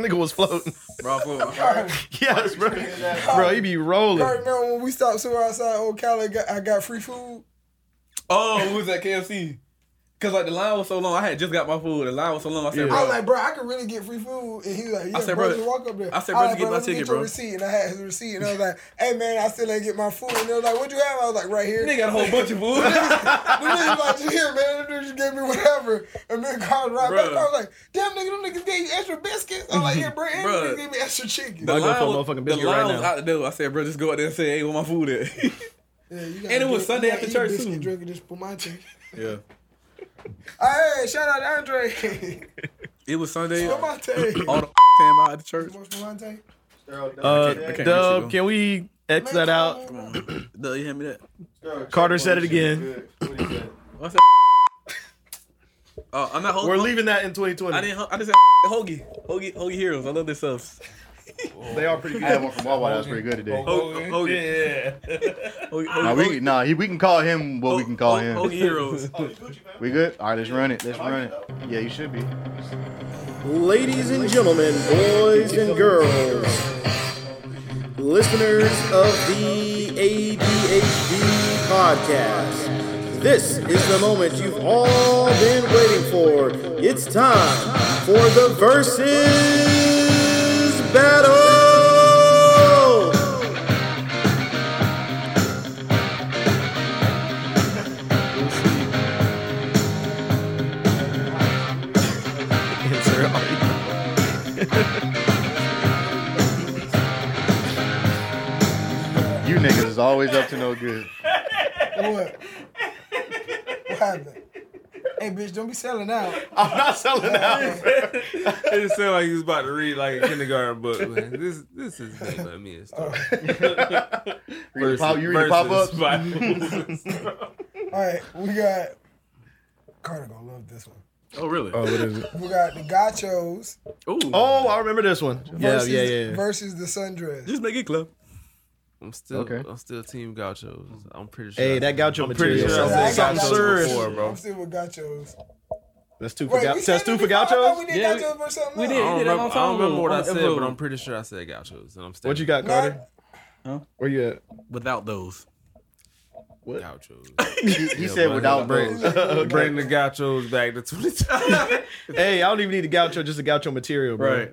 Nigga was floating. Bro, I flew- Yes, bro. Bro, he be rolling. I remember when we stopped somewhere outside Old Cali, got, I got free food. oh, we was at KFC. Cause like the line was so long, I had just got my food. The line was so long. I said, I was bro, like, bro, I could really get free food. And he was like, yeah, I said, bro, bro, just walk up there. I said, I bro, was just get my let me ticket, your bro. receipt. And I had his receipt. And I was like, hey, man, I still ain't get my food. And they was like, what you have? I was like, right here. they got a whole bunch of food. The nigga like, you here, man. The nigga just gave me whatever. And then Carl right back. I Bruh. was like, damn, nigga, them niggas gave you extra biscuits. I'm like, yeah, bro, and Bruh. niggas gave me extra chicken. The go for a was- motherfucking the biscuit right line was now. out the door. I said, bro, just go out there and say, hey, where my food at? Yeah, you And it was Sunday e after church, too. drinking this Pumante. yeah. Hey, shout out to Andre. It was Sunday. All Pumante. the came out at the church. What's Pumante? Sterile ducking Uh, and I weaving. can't- Dub, reach it, can we X that out? Come on. Duh, you hand me that. Sterile Carter check said one, it shit is again. good. What he said? Oh, I'm not holding. We're leaving that in 2020. I didn't. I just said hoagie, hoagie, hoagie heroes. I love their subs. they are pretty I had one from Wawa that was pretty good today. Hoagie, hoagie, hoagie, Nah, we, nah, he, we can call him what we can call him. Hoagie heroes. We good? All right, let's run it. Let's run it. Yeah, you should be. Ladies and gentlemen, boys and girls, listeners of the ADHD podcast, this is the moment you've all been waiting for. It's time for the Versus Battle! You niggas is always up to no good. What? what happened? Hey, bitch, don't be selling out. I'm not selling out. It just sounded like he was about to read like a kindergarten book. Man. This this is nothing but me. It's story. Read the pop, you read the pop ups? All right, we got. Carter gonna love this one. Oh really? We got the gachos Ooh. Oh, I remember this one. Yeah, versus, yeah, yeah. versus the sundress. Just make it club. I'm still Okay. I'm still team gauchos. I'm pretty sure. Hey, that gaucho I'm pretty material. sure I Yeah, I said got gauchos Something serious. before, I'm bro. still with gachos. That's two for, Wait, gau- we said that's it two for before? I thought gauchos? We did Yeah, we- gauchos versus something we else. I did. don't it a long remember, I time don't remember ago what on I the said, episode. but I'm pretty sure I said gauchos, and I'm still What you got, Nah, Carter? Huh? Where you at? Without those. gauchos. He, he said without bread. Bring the gauchos back to 2020. Hey, I don't even need a gaucho, just a gaucho material, bro. Right.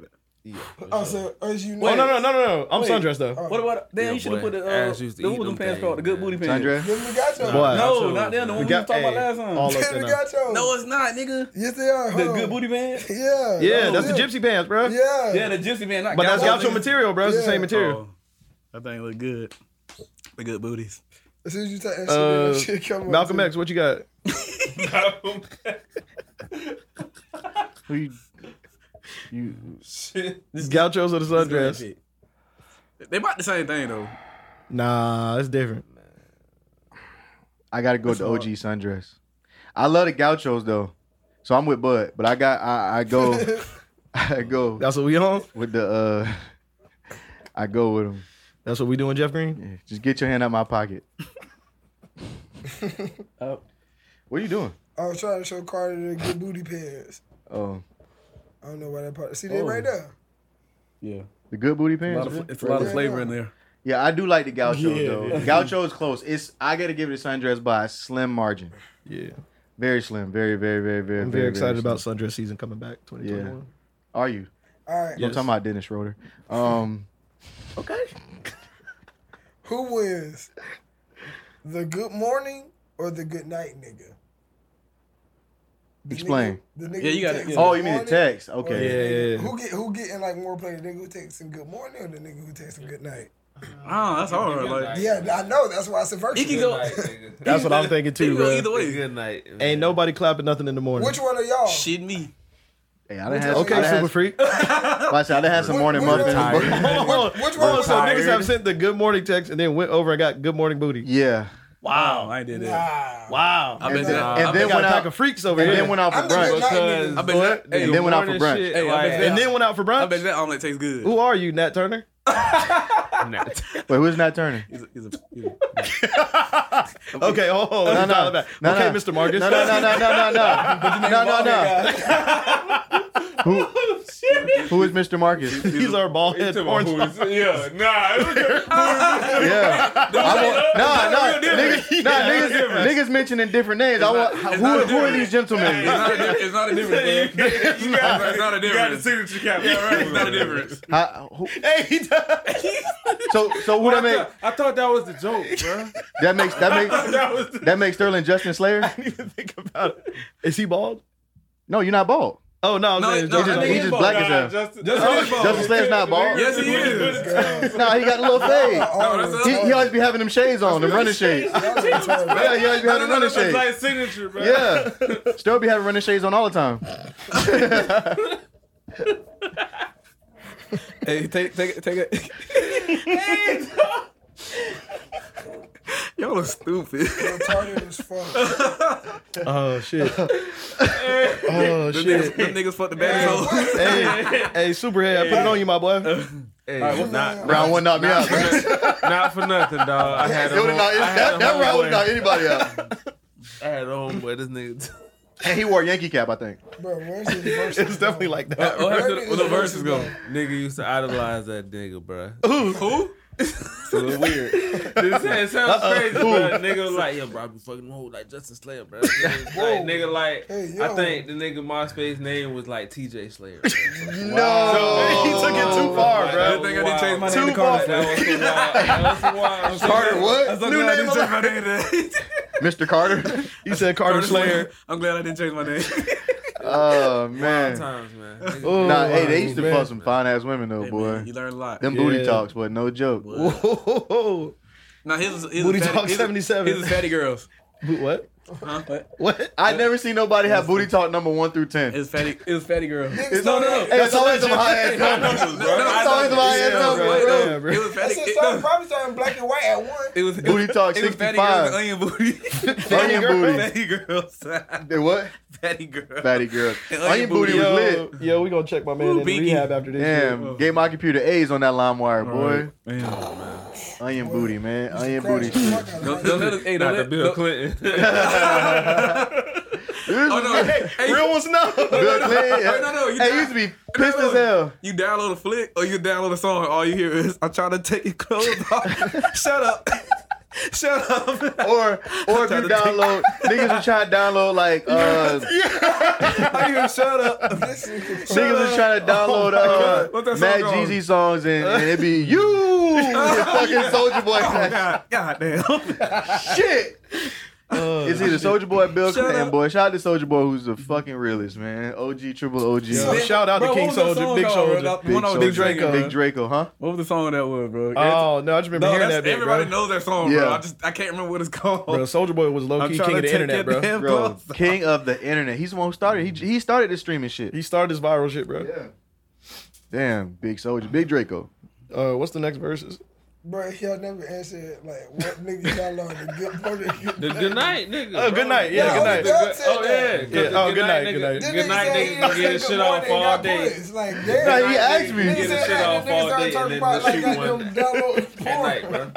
Oh, so as you know, Oh, no, no, no, no, no. I'm sundressed, though. What about? Damn, Yeah, you should have boy. put the uh, Ass used to the eat what was them them pants things, called the good man. booty pants. Sandra? give them the gauchos. Boy. No, Gauchos. not them. The one We we, got- was talking hey, about last time. all of Give them them. the gauchos. no, it's not, nigga. yes, they are. The huh? good booty pants. Yeah. Yeah, those that's the are- gypsy pants, bro. Yeah. Yeah, the gypsy man. Not But that's cowboy, gaucho nigga. material, bro. It's the Yeah. same material. Oh, that thing look good. The good booties. As soon as you take that shit, Uh, Oh. that shit come up. Malcolm too. X, what you got? We, you, Shit. These gauchos or the sundress? They bought the same thing though. Nah, it's different. I gotta go with the OG sundress. I love the gauchos though, so I'm with Bud. But I got I, I go, I go That's what we on. with the uh, I go with him. That's what we doing, Jeff Green. Yeah, Just get your hand out my pocket. Oh. What are you doing? I was trying to show Carter the good booty pants. Oh, I don't know why that part. See, they right there. Yeah, the good booty a lot pants. of, it's a lot of flavor in there. Yeah, I do like the gauchos Yeah. though. Gaucho is close. It's I gotta give it a sundress by a slim margin. Yeah, Very slim. Very very very very. I'm very excited about sundress season coming back 2021. Are you? All right. Yeah. I'm talking about Dennis Schroeder. Um, Who wins? The good morning or the good night nigga? The Explain. nigga- the nigga Yeah, you who gotta- texts yeah. oh, good you mean the morning text? or the Okay. Yeah, yeah, nigga- yeah. Who get who getting like more play? The nigga who takes some good morning or the nigga who takes some good night? Oh, that's hard. Like Yeah, I know. That's why I said it versus. can go. That's what I'm thinking It too, can go bro. either way. Good night. Ain't nobody clapping nothing in the morning. Which one are y'all? Shit me. Hey, I done had. okay, I done super had, freak. I said I done had some Which- morning which muffins. one- bro. Hold on, Which hold one? on, so was- niggas have sent the good morning text and then went over and got good morning booty. Yeah. Wow, Oh, I did that. Nah. Wow. I bet And, that. and I then bet- got went a pack out. of freaks over And here. then went out for I'm the good brunch. night Because- nigga. I bet that. And Hey, then went out for morning brunch. shit, Hey, I like- bet and then went out for I brunch. bet that omelet tastes good. Who are you, Nat Turner? Wait, who's not turning? He's a- he's a- he's a- Okay, oh, no, no. back. No, okay, no. Mr. Marcus. No, no, no, no, no, no, no, no, no, no. Who? Who is Mr. Marcus? These are bald head porn stars. yeah, nah. Yeah. I want, nah, nah, niggas, nah, niggas, niggas mentioning different names. I want, not- it's who, not who are different. these gentlemen? It's not a diff- it's not a difference, man. It's not- it's not a difference. signature cap. Yeah, right. It's not a difference. How- who- Hey, he does. so, so who that make? I thought that was the joke, bro. That makes that That was the, makes that makes Sterling Justin Slayer. I didn't even think about it. Is he bald? No, you're not bald. Oh, no, I'm No, saying no, Justin- that He nigga just bald. black as hell. Justin, Justin Slayer's not bald. Yes, he is. Nah, he got a little fade. Oh, that's that's- a- He, he always be having them shades on, them running shades. that's what I'm talking about. Yeah, he always be having them running shades. signature, bro. Yeah. Still be having running shades on all the time. Oh, Hey, take take take it. Y'all are stupid. Retarded as fuck. Oh, shit. oh, Them niggas, shit. them niggas fucked the baddest hoes. hey, hey, Superhead, I put it on you, my boy. not, Brown would knock me out. bro. not for nothing, dog. I had It a would've home, knocked- I had That a that round would homeboy. knock anybody out. I had a homeboy. This nigga. And he wore a Yankee cap, I think. Bro, where's his versus? It's definitely like that. What happened Where to the, the did verses the go? Nigga used to idolize that nigga, bro. Who? So it's weird. this it sounds crazy, but niggo was like, yo, bro, I be fucking whole like Justin Slayer, bro. Nigga, like, nigga, like Hey, yo. I think the nigga MySpace name was like TJ Slayer. Bro. No. He took it Oh, too far, Good bro. thing I didn't change my name Two to Carter. That was so wild. That was wild. Carter, I'm what? so glad I didn't change my name to Mr. Carter? He said Carter Slayer. I'm glad I didn't change my name. Oh, man. Times, man. Nigga, Oh, Nah, hey, they used to man. fuck some fine ass women, though, Hey, boy. man, you learn a lot. Them Yeah. booty talks, but no joke. Whoa. Now his his Booty fatty, Talk his- 77. His is fatty girls. What? Huh? What? I never seen nobody have booty talk number one through ten. His fatty his fatty girls. Niggas No, no, know no. that. Hey, it's always some high ass I know numbers. this, bro. It's always I know about this. ass numbers, Wait, bro. no, It was I fatty. said it- something no, probably starting black and white at once. It was it Booty was- Talk It was fatty girls 65. and onion booty. Onion booty. Fatty girls. They what? Fatty girls. Fatty girl. And Onion booty was Yo, lit. yo, we gonna check my man Ooh, in Binky. rehab after this. shit. Damn, gave my computer A's on that LimeWire, boy. Man. Onion booty, man. Onion Crash booty. the fuck out of Don't, me. don't let us. Hey, Not don't the let, Bill don't, Clinton. oh no. Hey, Real ones no. Bill Clinton. Wait, no, no, you hey, not- he used to be pissed no. as hell. You download a flick or you download a song. All you hear is, "I'm trying to take your clothes off." Shut up. Shut up. Or or if Try you to take- download niggas would try to download like uh I hear shut up. This nigga- niggas was trying to Oh, download What's uh that Mad song called? Jeezy songs and, and it'd be you with fucking soldier boy God, God damn. shit. It's either Soldier Boy, or Bill Shut Clinton, up. boy. Shout out to Soldier Boy, who's the fucking realest, man. OG, triple OG, Yo, shout out to Bro, what King was that Soldier, song Big called, bro? Soldier. That- Big, one on Big Soldier, Draco. Big Draco, huh? What was the song that was, bro? Oh no, I just remember no, hearing that's, that bit, everybody bro. knows that song, Yeah. bro. I just I can't remember what it's called. Bro, Soldier Boy was low I'm key trying king of to the take internet, that bro. damn- Bro, king of the internet. He's the one who started. He he started this streaming shit. He started his viral shit, bro. Damn, big soldier, big Draco. Uh, what's the next verses? Bro, y'all never answered like what niggas y'all on the good The morning. good night, nigga. Oh, good night. Yeah, Yeah, good only night. good- Oh yeah. 'cause Yeah. the Oh, good night, nigga- good night. Good night, nigga. Gonna get his shit off for all day. Like, damn. Nah, he asked me. Niggas Get his said, shit "Hey, off niggas all started day talking and about, then shoot like, one. goddamn download Good night, porn. bro.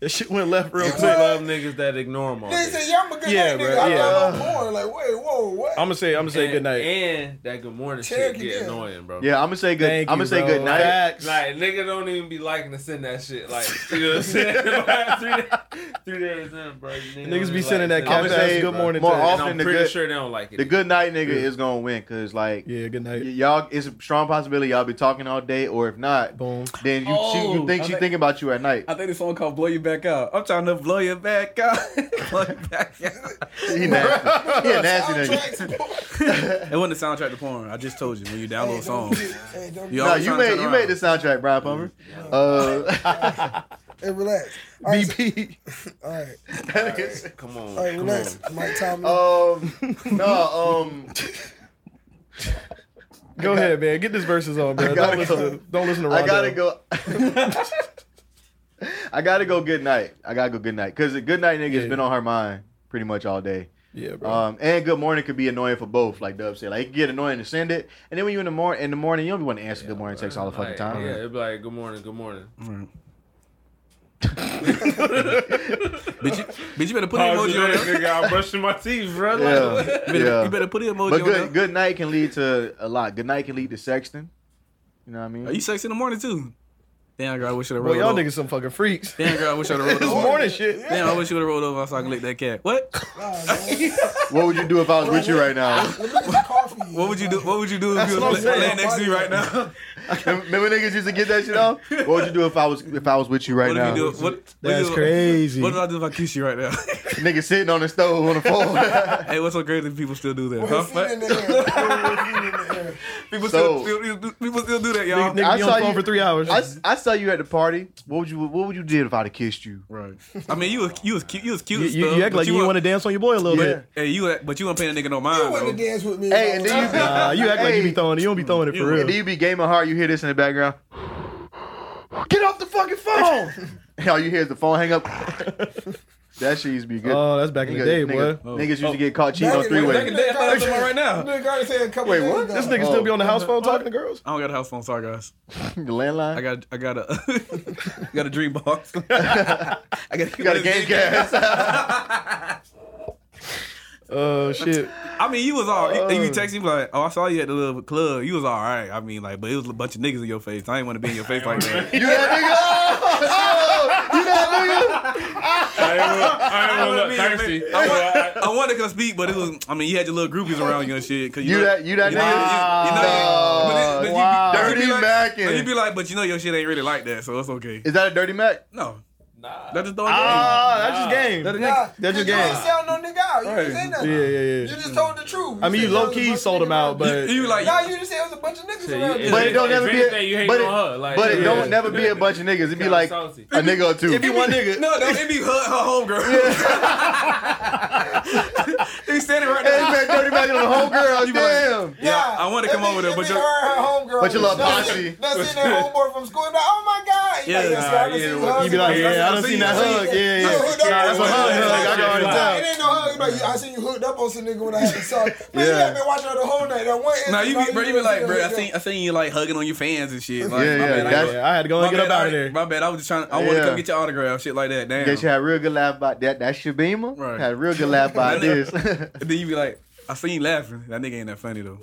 That shit went left real We quick. love niggas that ignore them. all They day. said, yeah, I'm a good Yeah, night bro, nigga. I yeah. download porn. Like, wait, whoa, what? I'm gonna say, I'm gonna say and, good night. And that good morning shit Cherokee, get yeah. annoying, bro. Yeah, I'm gonna say good. I'm Thank gonna you, say bro. good night. Facts. Like nigga don't even be liking to send that shit. Like you know what I'm saying? Like, three, days- three days in, bro. Niggas be sending that I'ma cat say ass good morning more text. often- And I'm the pretty good- sure they don't like it. The good night nigga is gonna win because like Yeah, good y- night. y'all, it's a strong possibility y'all be talking all day, or if not, Boom. then you she, Oh, you think I she think- thinking about you at night. I think this song called "Blow You Back Out." I'm trying to blow you back out, blow you back out. He nasty. he a nasty nigga. Soundtracks, porn. It wasn't the soundtrack to porn. I just told you when you Hey, download don't songs. get- Hey, don't You get- No, always you trying to made turn you around. made the soundtrack, Brian Palmer. Uh, Hey, relax. All right, BP. so- all right, Come on. all right, relax. Mike Tomlin. um, no, um, Go ahead, man. Get this verses on, bro. gotta Don't listen, go. to, don't listen to Rondo. I gotta go. I gotta go. Good night. I gotta go. Good night. Cause the good night nigga has Yeah. been on her mind pretty much all day. Yeah, bro. Um, and good morning could be annoying for both. Like Dub said, like it can get annoying to send it, and then when you in the morning, in the morning, you don't want to answer good morning texts all the fucking Like, time. Yeah, it'd be like, good morning, good morning. Bitch, you, bitch, you better put an Pause emoji you on that there. nigga out brushing my teeth, bro. Like, Yeah, You better, yeah. you better put an emoji But on good, there. good night can lead to a lot. Good night can lead to sexting. You know what I mean? Are you sexy in the morning too? Damn girl, I wish I'd have Well, rolled y'all over. niggas some fucking freaks. Damn girl, I wish I'd have rolled This over. morning shit. Damn, I wish you would have rolled over so I can lick that cat. What? what would you do if I was with you right now? What would you do? What would you do if you what was I'm la- saying. laying next to me right now? Remember niggas used to get that shit off. What would you do if I was if I was with you right What if now? you do? What? what That's do- crazy. What do I do if I kiss you right now? Nigga sitting on the stove on the phone. hey, what's so crazy? People still do that. Put Huh? his feet in What? the air. Put his feet in the air. People So- still, still- still- people still do that, y'all. Nigga, nigga I be on the saw phone you- for three hours. I, I saw you at the party. What would you What would you did if I'd have kissed you? Right. I mean, you was you was cute. You was cute. you, and you, stuff, you act but like you, wa- want to dance on your boy a little bit. Hey, you. But you ain't paying a nigga no You mind. wouldn't though. dance with me. Hey, and then you be, Nah, you act like you Hey. be throwing it. You don't be throwing it for and then real. you be gaming hard. You hear this in the background. Get off the fucking phone! and all you hear is the phone hang up. that shit used to be good. Oh, that's back in the Nigga- day, boy. Oh. nigga- Niggas used to get caught cheating on Back in- three back way. in- Nigga, I thought about right now. Nigga already said a couple Wait, days what? ago. This nigga Oh. still be on the house phone talking to girls. I don't got a house phone. Sorry, guys. The I landline. got I got a got a dream box. I got, You got a game gas. Oh shit. I mean, you was all. You, you text me like, "Oh, I saw you at the little club. You was all right. I mean, like, but it was a bunch of niggas in your face. I ain't want to be in your face like that. you that nigga? Oh, oh, you that I ain't gonna- I ain't I gonna mean, look I thirsty. mean, I want- I wanted to come speak, but it was. I mean, you had your little groupies around you and shit. Cause nigga? you, You know, that you that you know, you- you know, but it- but you be- nigga? Nah. Wow. but you be Dirty like- But you be Mackin. like, but you know your shit ain't really like that, so it's okay. Is that a dirty Mac? No, Nah. that's just throwing Ah, that's just game. game. Nah, That's That's your cause You game. ain't sell no nigga out. You didn't say Right. nothing. Yeah, yeah, You yeah. just told the truth. I mean, you said there low was a key bunch of sold him niggas out, just but you, you like Nah, you just said it was a bunch of niggas So you- around if there. But it anything- don't if never be. anything, you A, hate but on it, her, like- but it Yeah. don't never be a bunch of niggas. It be Kinda like salty. a nigga or two. if you one nigga. No, no, it be her, her homegirl. He standing right Hey, there. man, dirty back on the whole girl. Damn. Yeah, I want to come over there, but you you're. her homegirl. But you love that's- Posse. That's in that homeboy from school. Like, oh my god. You Yeah, like, nah, I done yeah, seen well, hugs. You be like, You yeah, I done seen that Oh, hug. Yeah, You yeah. hooked up Nah, that's with a hug, somebody. hug. I can already Nah, It tell. ain't no hug. You be like, I seen you hooked up on some nigga when I saw you. But you Yeah. have been watching her the whole night. That one Now you be, instance, bro, all you be like, did bro, was I go- seen, I seen you like hugging on your fans and shit. Like, my Yeah, yeah, bad, I that's- ain't- Yeah, I had to go my and get bad, up out I of there. ain't- My bad, I was just trying. I want to Yeah. come get your autograph, shit like that. Damn. Guess you had a real good laugh about that. That Shabima. Right. Had a real good laugh about this. And then you be like, I seen you laughing. That nigga ain't that funny though.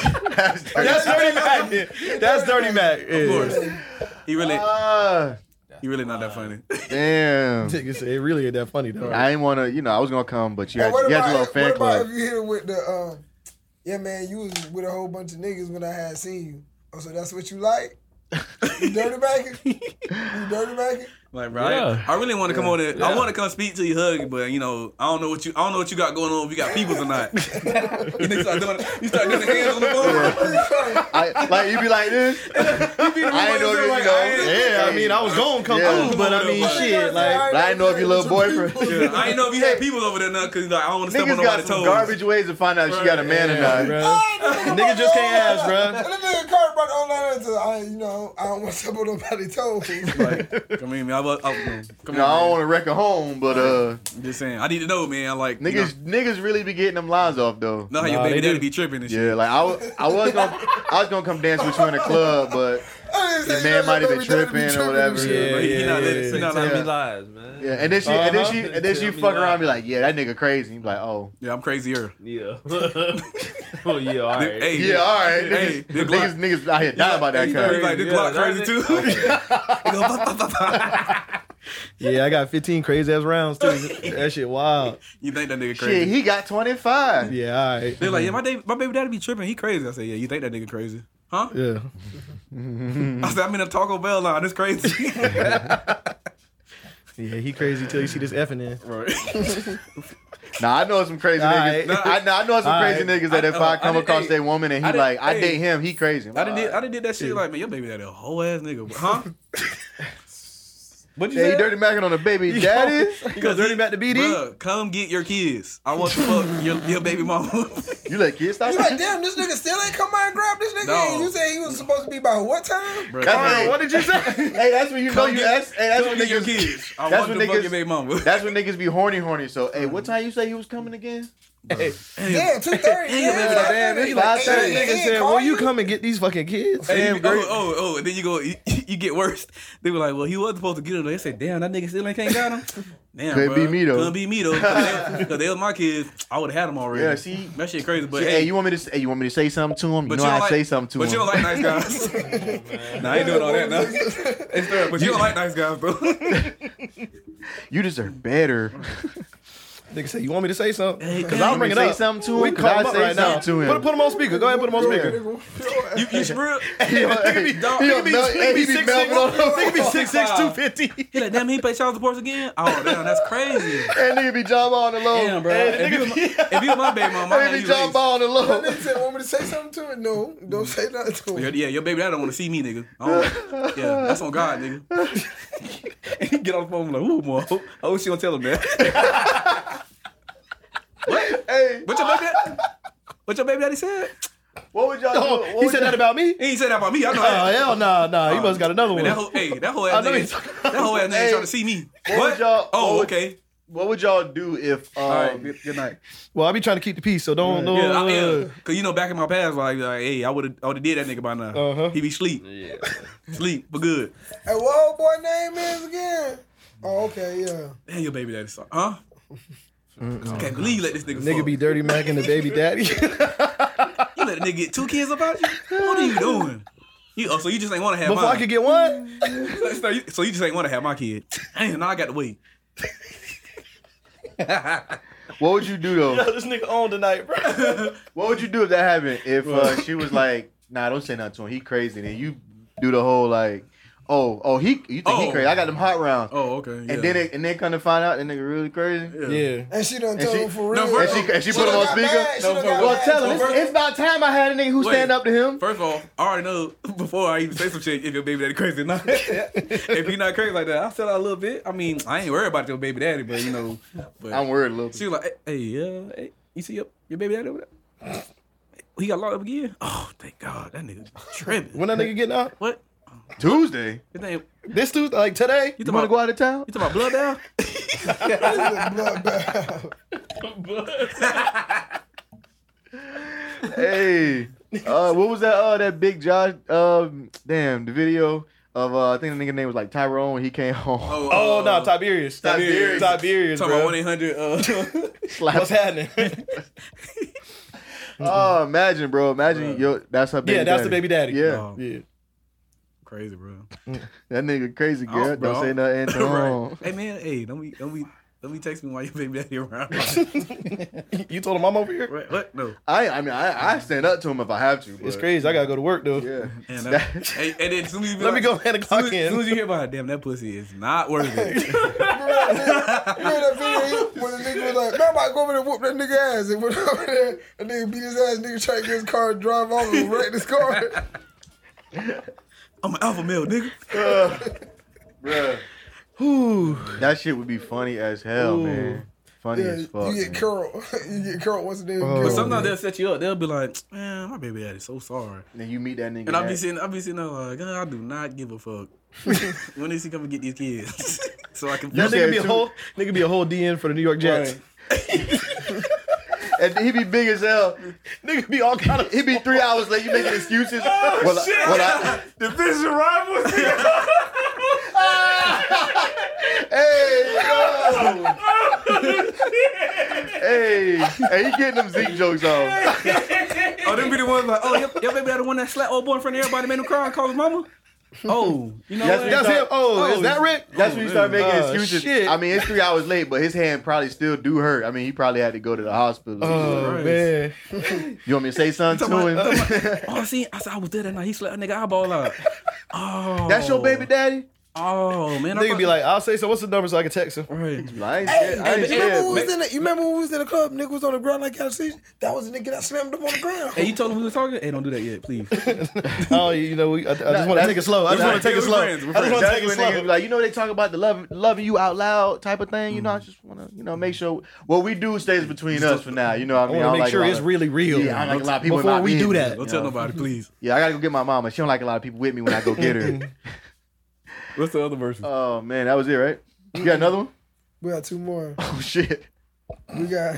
That's That's dirty. dirty Mac. yeah. That's dirty Mac. Of yeah. course, he really, Ah, he really not that funny. damn. Nigga said, It really ain't that funny though. I ain't wanna, you know, I was gonna come, but you Hey, had, what you had about your little if- fan what club. about if you hit it with the um? Yeah, man, you was with a whole bunch of niggas when I had seen you. Oh, so that's what you like? You dirty backing? You dirty backing? Like, bro, I- Yeah. I, really want to come on in. I want to come speak to you, hug, but you know, I don't know what you, I don't know what you got going on. If you got people or not, you, niggas start doing, you start doing the hands on the phone. I, like you be like this. I ain't know if you Like, know. I ain't- Yeah, I mean, I was gonna come Yeah. through, but I mean, shit, like, But I didn't know if your little boyfriend. Yeah, I ain't know if you had people over there now because like, I don't want to step on Niggas got nobody's some toes. garbage ways to find out if she got a man or not. bruh. Nigga just can't ask, bruh. And the nigga Kurt brought the online into, I, you know, I don't want to step on nobody's toes. Like, come here, man. I, was- I, was- come You know, I on, don't man. want to wreck a home, but uh, I'm just saying, I need to know, man. Like, you niggas niggas really be getting them lines off though. know, know how your Nah, baby they daddy do. be tripping and shit. Yeah, like I, wa- I was gonna I was gonna come dance with you in the club, but your man might have been tripping or whatever. Yeah, Bro, Yeah, he not letting- he not Tell letting me me lie. lies, man. and then she and then she Uh-huh. and then she Tell me fuck that. around and be like, yeah, that nigga crazy. You be like, oh, Yeah, I'm crazier. Yeah. oh yeah. All right. Hey, yeah, all right, Hey, niggas, the niggas, niggas out here dying about that He's like, he's like, kind. this Yeah, Glock crazy that's too. He go, "Bah, bah, bah, bah." Yeah, I got 15 crazy ass rounds too. That shit wild. You think that nigga Shit, crazy? he got twenty five. Yeah, all right. They're like, yeah, my, da- my baby daddy be tripping. He crazy. I said, yeah, you think that nigga crazy? Huh? Yeah. Mm-hmm. I said, I'm in a Taco Bell line. It's crazy. Yeah, he crazy till you see this effing in. Nah, I know some crazy All niggas. right. I, know, I know some All crazy right. niggas that I- if I I come did- across hey, that woman and I he did- like, I hey. date him, he crazy. I done did I done did that shit like, man, your baby daddy a whole ass nigga. bro. Huh? What you Hey, say? dirty mackin on the baby daddy. You gonna dirty back to BD? Bruh, come get your kids. I want to fuck your, your baby mama. You let kids stop. You like, damn, this nigga still ain't come out and grab this nigga. No. You say he was supposed to be by what time? Bruh, That's come- what did you say? hey, that's when you know Come you. get- That's, hey, that's come when get your niggas. kids. I that's want when to fuck niggas- your baby mama. That's when niggas be horny, horny. So, hey, what time you say you was coming again? Yeah, two thirty. Ain't nobody like that, man. Yeah, You Five like, Hey, thirty hey, nigga hey, said, call "Will you you?" come and get these fucking kids?" Damn, Damn, great. Oh, oh, oh, and then you go, you, you get worse. They were like, well, he was supposed to get him. They said, damn, that nigga still ain't came got him. Damn, Could bruh. be me, though. Could be me though. Because they was my kids, I would have had them already. Yeah, see? that shit crazy. But hey, hey, you want me to? Say, hey, you want me to say something to him? You but know you I don't like, say something to but him. you don't like nice guys. nah, I ain't doing all that now. It's fair, but you don't like nice guys, bro. you deserve better. Nigga said, "You want me to say something?" Cause You I'll want me bring to it say up. something to him? We Could call I him up say right now. something to him? Put, put him on speaker. Go ahead, put him on speaker. you you real. He be dog- he be- he be melting on the Nigga be six six two fifty. He like, damn, he pay child support again. Oh, damn, that's crazy. That nigga be jump on the low. Damn, bro. If you, was my, if you was my baby mama, I'd That have nigga be you jump raised. on the low. Nigga said, want me to say something to him? No, don't say nothing to Yeah, him. yeah, your baby, I don't want to see me, nigga. I don't- yeah, that's on God, nigga. and he get on the phone like, ooh, boy, I hope she don't tell him that. Hey, What your baby? Daddy, what your baby daddy said? what would y'all do? Oh, What he would said y'all- that about me. He ain't said that about me. I know Oh that. hell nah nah. He must got another Man, one. that whole, hey, that whole I ass know nigga, he's- that whole ass nigga Hey, trying to see me. what What? would y'all- oh, what would- okay. What would y'all do if? Um, All right, good, good night. Well, I be trying to keep the peace, so don't don't. Yeah, I, yeah, uh, cause you know, back in my past, like, like hey, I would have, I would have did that nigga by now. Uh-huh. He be sleep, Yeah. sleep for good. Hey, what old boy name is again? Oh, okay, yeah. Damn, your baby daddy, suck, huh? Can't believe you let this nigga. Nigga fuck. be dirty Mac and the baby daddy. You let a nigga get two kids about you? What are you doing? You, oh, so you just ain't want to have Before mine. I could get one, so, you, so you just ain't want to have my kid. Damn, now I got to wait. What would you do though? this nigga on tonight, bro. What would you do if that happened? If uh, she was like, "Nah, don't say nothing to him. He crazy." Then you do the whole like, "Oh, oh, he, you think Oh. he crazy? I got them hot rounds." Oh, okay. Yeah. And then it, and then come to find out that nigga really crazy. Yeah. And she done And told she- him for real. No, first- And she and she She put him on done got speaker. mad. She No, done for- got Well, mad. tell him it's, first- it's about time I had a nigga who Wait. stand up to him. First of all, I already know before I even say some shit if your baby daddy crazy or not. if he not crazy like that, I'll sell out a little bit. I mean, I ain't worried about your baby daddy, but you know. But I'm worried, little. She was like, hey, hey, uh, hey, you see your, your baby daddy over there? He got locked up again? Oh, thank God. That nigga tripping. When that nigga getting out? What? Tuesday. His name, This Tuesday, like today? you You talking want to about, go out of town? you talking about blood down? hey, uh, what was that? Uh, that big Josh. Um, damn, the video of uh, I think the nigga name was like Tyrone. when He came home. Oh no, Tiberius. Tiberius. Tiberius. Talking about Bro. 1 800. Uh, Slapped What's happening? Oh, imagine, bro. Imagine yo, that's her baby. Yeah, that's the baby daddy. Yeah, Oh, yeah. crazy, bro. that nigga crazy girl. bro. Don't say nothing. to Right. him. Hey man, hey, don't be don't be Let me text me while your baby daddy around. You told him I'm over here. Right, what? No. I I mean I, I stand up to him if I have to. But, It's crazy. I gotta go to work though. Yeah. And, I, and, and then as soon as you be Let me like- go ahead and As soon clock as, as soon in. as you hear about it, damn, that pussy is not worth it. You know that video when the nigga was like, man, I'm about to go over there and whoop that nigga ass. And went over there, and nigga beat his ass, nigga tried to get his car and drive off and wreck his car. I'm an alpha male, nigga. Oh, Bruh. That shit would be funny as hell, man. Funny Yeah, as fuck. you get man. curled. you get curled once a day. But sometimes they'll set you up. They'll be like, man, my baby daddy's so sorry. Then you meet that nigga. And I'll be that- sitting, I'll be sitting there like, "God, I do not give a fuck. when is he coming to get these kids? so I can. That said nigga be a too- whole nigga be a whole DN for the New York Jets. and he be big as hell. Nigga be all kind of He be three hours late. You making excuses? Oh, well, shit. I, well, I, Division rivals. hey, yo. hey, hey, he getting them Zeke jokes on. Oh, them be the ones like, oh, your, your baby daddy the one that slapped old boy in front of everybody, made him cry and called his mama. Oh, you know That's- what? that's him. Oh, Oh, is that Rick? That's when you start making Oh, excuses. shit. I mean, it's three hours late, but his hand probably still do hurt. I mean, he probably had to go to the hospital. Oh Christ. man. you want me to say something to Talking him? about- Oh, see, I said I was there that night. He slapped a nigga eyeball out. Oh, That's your baby daddy? Oh man, I Nigga be like, I'll say so. What's the number so I can text him? right. Well, I ain't scared. I ain't You remember, scared. when we was in the, you remember when we was in the club, nigga was on the ground like y'all see? That was a nigga that slammed him on the ground. Hey, you told him we was talking. Hey, don't do that yet, please. Oh, you know, we, I, I just want to that's- take it slow. I just want to take it we're slow. I friends, we're just want to That's take it when slow. niggas be like, you know, they talk about the love, loving you out loud type of thing. You Mm-hmm. know, I just want to, you know, make sure what we do stays between us for now. You know what I I mean? want to don't make like a sure lot it's of- really real. Yeah, I don't like a lot of people in Before my we do that, business, you Don't know? tell nobody, please. Yeah, I gotta go get my mama. She don't like a lot of people with me when I go get Mm-hmm. her. What's the other version? oh man, that was it, right? You got another one? We got two more. Oh shit. We got.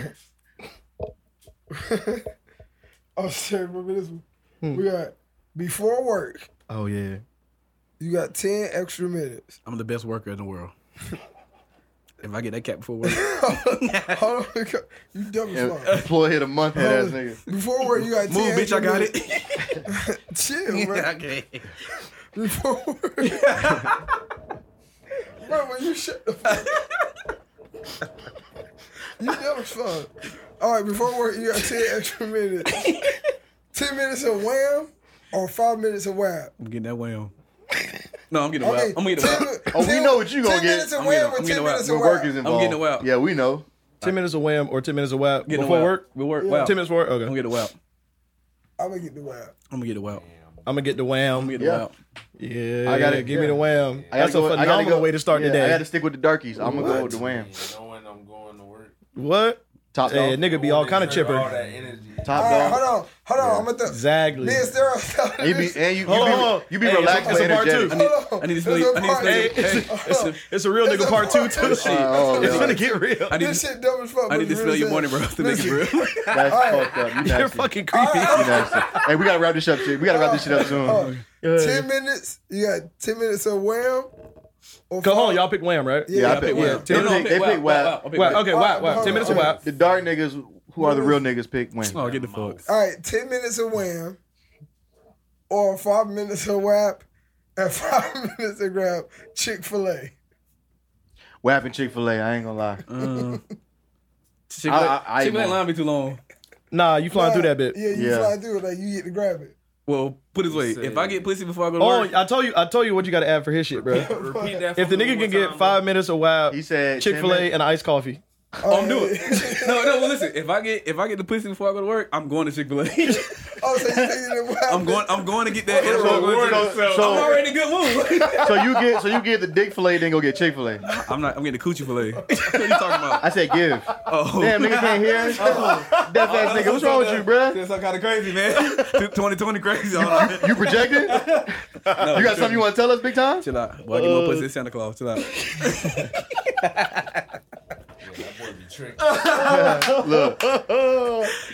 oh shit! Remember this one? We got before work. Hmm. oh yeah, You got ten extra minutes. I'm the best worker in the world. if I get that cat before work, Hold on, Oh you dumb as fuck. Employee of the month, that ass nigga. Before work, you got ten. move, bitch. extra I got minutes. it. Chill, bro. okay. Before work. bro, when you shut the fuck. up. you dumb as fuck. All right, before work, you got ten extra minutes. ten minutes of wham or five minutes of wham. I'm getting that wham. No, I'm getting a Okay. wham. I'm getting a wham. Oh, we know what you gonna 10 get. Minutes of I'm wham getting- or I'm 10 getting minutes a of When wham. work is involved. getting a whap. Yeah, we know. ten minutes of wham or ten minutes of whap Getting a before whap. work. Before work, wham. Ten minutes work. Okay, I'm I'm gonna get a wham. I'm gonna get the wham. I'm gonna get a wham. gonna get the wham. I'm gonna get a Yeah. wham. Yeah, I gotta- give me yeah. the wham. I gotta That's a go- I gotta phenomenal go- way to start yeah, the day. I gotta stick with the darkies. I'm gonna go with the wham. Knowing I'm going to work. What? Top Hey, dog. nigga, be all kind of chipper. All that energy. Top All right, hold dog. on, hold on. I'm at the. Exactly. Me and Sarah was talking And you be, this- and you, you Hold be, on, hold on. you be Hey, it's a- relaxed it's a and part two. energetic. I need, Hold I need to on. sleep. I need to Hey, sleep. it's- Hey, it's a- It's a real nigga part two It's a- too. Shit. Oh, It's yeah. gonna get real. I need This to, shit dumb as fuck. I but need to it's smell your really morning, bro. sad. The nigga, Listen. bro. That's Alright. fucked up. You You're nasty. fucking creepy. You nasty. Hey, we gotta wrap this up, shit. We gotta wrap this shit up Oh, soon. uh, Ten minutes. You got ten minutes of wham. Or Go home, five- y'all pick wham, right? Yeah, Yeah, I I I pick pick yeah. wham. wham. They No, no, I pick- they pick wham. I pick Wow, wham. okay, wow, wow. Alright, Ten minutes of okay. wap. The dark niggas who are the real niggas pick win. Oh, get the fuck. All right, ten minutes of wham. Or five minutes of whap, and five minutes of grab Chick Fil A. Whap and Chick Fil A. I ain't gonna lie. Chick I- I- I fil ain't Um, line be too long. Nah, you flying through that bit. Yeah, you Yeah. fly through it like you get to grab it. Well, put it this way, if I get pussy before I go to Oh, work, I told you, I told you what you gotta add for his shit, bro. Repeat that. If the nigga can get five minutes of wap, He said 10 Chick Fil A minutes. and iced coffee. oh, I'm doing it. no, no. Well, listen, if I get if I get the pussy before I go to work, I'm going to Chick Fil A. Oh, so you taking it whap? I'm going. I'm going to get that. So- I'm going to- so- so- I'm already in a good mood. So you get so you get the dick fillet, then go get Chick Fil A. I'm not. I'm getting the coochie fillet. What are you talking about? I said give. Oh, Damn, nigga can't hear. Deaf Oh. ass nigga, what's wrong with you, bruh? That's kind of crazy, man. 2020 crazy. Hold on. You projected? You got something you want to tell us, big time? Chill out. Boy, I get more pussy than Santa Claus. Chill out. Look,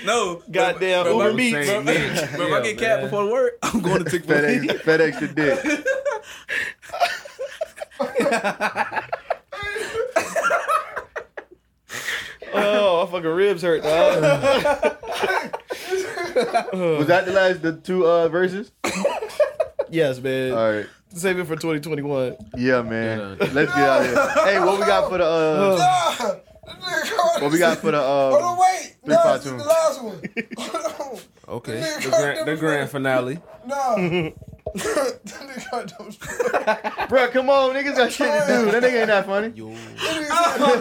No. Goddamn Bro, Uber bro, meat. Bro, bro, if I get cat before work, I'm going to Chick Fil A. FedEx, FedEx the dick. Oh, my fucking ribs hurt. Dog. Was that the last the two uh verses? yes, man. All right. Save it for 2021. Yeah, man. Let's get out of here. Hey, what we got for the uh Ah, nigga, Carter what we got for the Hold on, uh wait. Three No, five this is two. the last one. Hold on. Okay, Nigga, the Carter grand, the was grand finale. No. That nigga got those- That Bro, come on, niggas got shit to do. That nigga ain't that funny. nigga said-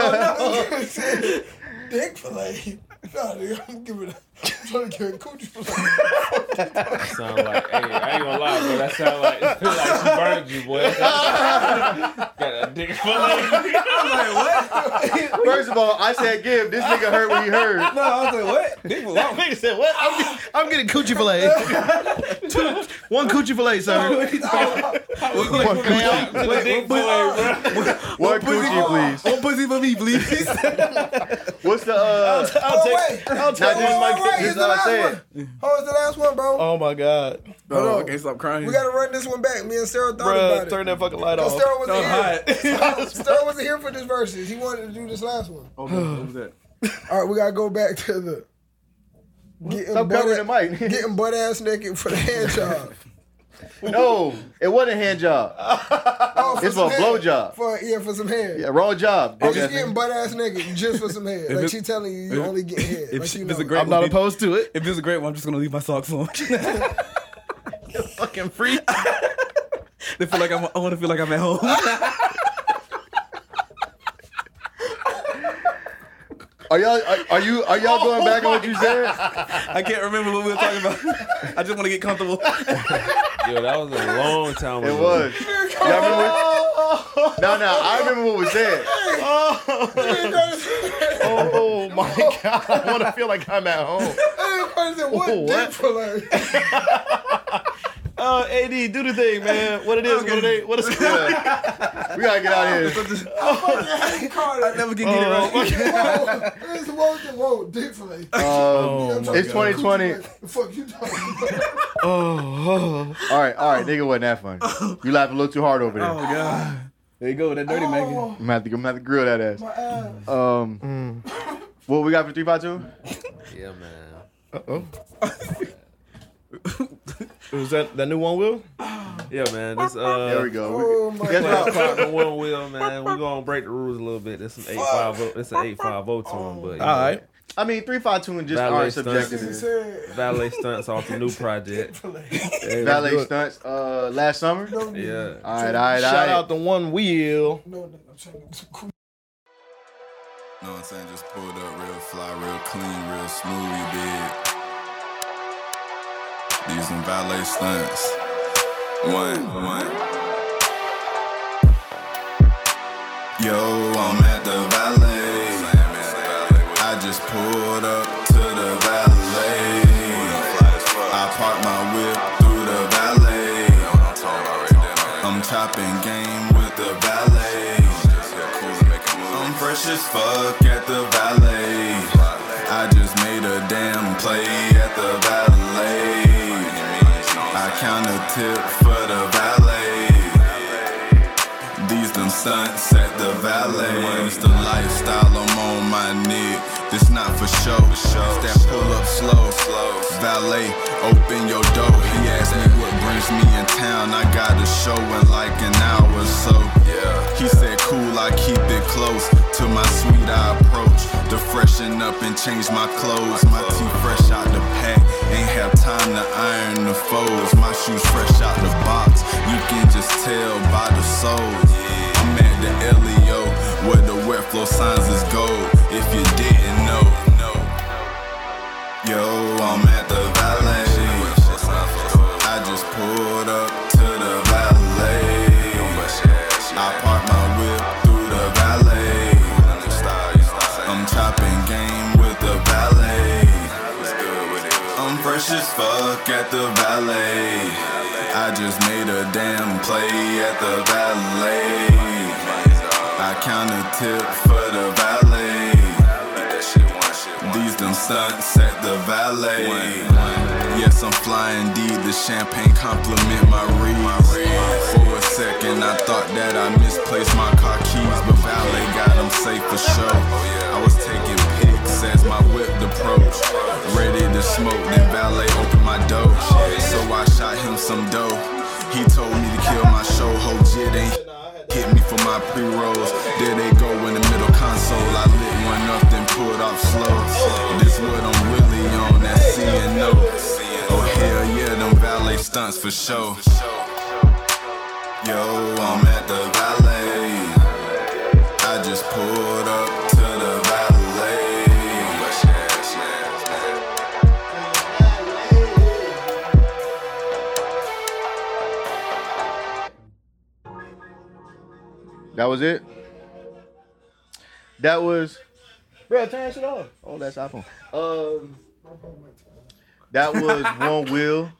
that nigga said, Dick fillet. Nah, nigga, I'm giving it. I'm trying to give it coochie fillet. Sound like, hey, I ain't gonna lie, bro. That sound like, like she burned you, boy. Got a dick fillet. First of all, I said give. This nigga heard what he heard. No, I was like, what? Dick was long. Nigga said, what? I'm, get- I'm getting coochie filet. Two, one coochie filet, sir. Put a dick fillet, uh, bro. One Gucci, please. One pussy for me, please. What's the uh I'll Oh, take, wait. I'll now take this is one. my Wait, this wait, it's is the what I last said. one. Oh, it's the last one, bro. Oh my God. Oh, Hold I on. can't stop crying. We gotta run this one back. Me and Sarah thought Bruh, about turn it. that fucking light Because off. Sarah wasn't I'm here. hot. Sarah wasn't here for this versus. He wanted to do this last one. Oh, what was that? All right, we gotta go back to the getting Stop butt- covering the mic. getting butt ass naked for the hand job. No, it wasn't a hand job. Oh, It's for a some head. blowjob. For yeah, for some head. Yeah, wrong job. I'm Broke just ass getting nigga. butt ass naked just for some head. Like it- she telling you, you it- only get head. If, Like she- she if knows. it's a great I'm not one, opposed to it. if it's a great one, I'm just gonna leave my socks on. Fucking free. they feel like I'm. I want to feel like I'm at home. Are y'all are, are you are y'all going back on what you said? I can't remember what we were talking about. I just want to get comfortable. Yo, that was a long time It was. Y'all remember what, no, no, I remember what was said. Oh my God. I want to feel like I'm at home. Hey, Carter said, what, Oh, what? dick for like? Oh, AD, do the thing, man. What it is, what it ain't. What it's We gotta get out of here. Hey, Carter. I Never can get it right. It's woke and woke, dick for like. Oh Um, it's 2020. The fuck you talking about? All right, all right, nigga wasn't that funny. You laughing a little too hard over there. Oh god. There you go with that dirty Oh. Megan. I'm gonna have to, I'm gonna have to grill that ass. Uh, Um, Mm. what we got for three five two? Yeah, man. Was that that new one, Will? Yeah, man. This uh, There we go. oh my We, guess Play what? the clock on one wheel, man. We're gonna break the rules a little bit. This is an eight five zero. It's an eight five zero to him, but you All right. I mean, three five two and just Valet aren't stunts. subjective. He said, know, valet stunts off the new project. Valet stunts uh, last summer. All Yeah, right, all right, all Shout right. out the one wheel. no, no, I'm trying to cool. Know what I'm saying? Just pulled up real fly, real clean, real smooth, you did. These some valet stunts. One, one. Yo, I'm at the valet. I just pulled up to the valet. I parked my whip through the valet. I'm chopping game with the valet. I'm fresh as fuck at the valet. I just made a damn play at the valet. I count a tip for the valet. These them stunts at the valet. It's the lifestyle I'm on my neck. This not for show. It's that pull up slow. Valet, open your door. He asked me what brings me in town. I got a show in like an hour or so. He said, cool, I keep it close. To my suite, I approach to freshen up and change my clothes. My tee fresh out the pack. Ain't have time to iron the foes. My shoes fresh out the box. You can just tell by the soles. I'm at the LEO where the wet flow signs is gold. If you didn't know, Yo, I'm at the valet. I just pulled up to the valet. I park my whip through the valet. I'm chopping game with the valet. I'm fresh as fuck at the valet. I just made a damn play at the valet. I count a tip for the valet. These them stunts at the valet. Yes, I'm flying D. The champagne compliment my reeds. For a second, I thought that I misplaced my car keys, but valet got them safe for sure. I was taking pics as my whip approached, ready to smoke. Then valet opened my door, so I shot him some dough. He told me to kill my show whole jit ain't hit me for my pre-rolls. There they go in the middle console. I lit one up, then pulled off slow. This what I'm really on, that C and O. Oh hell yeah, them valet stunts for sure. Yo, I'm at the valet. I just pulled up to the valet. That was it. That was. Bro, turn shit off. Oh, that's iPhone. Um, that was one wheel.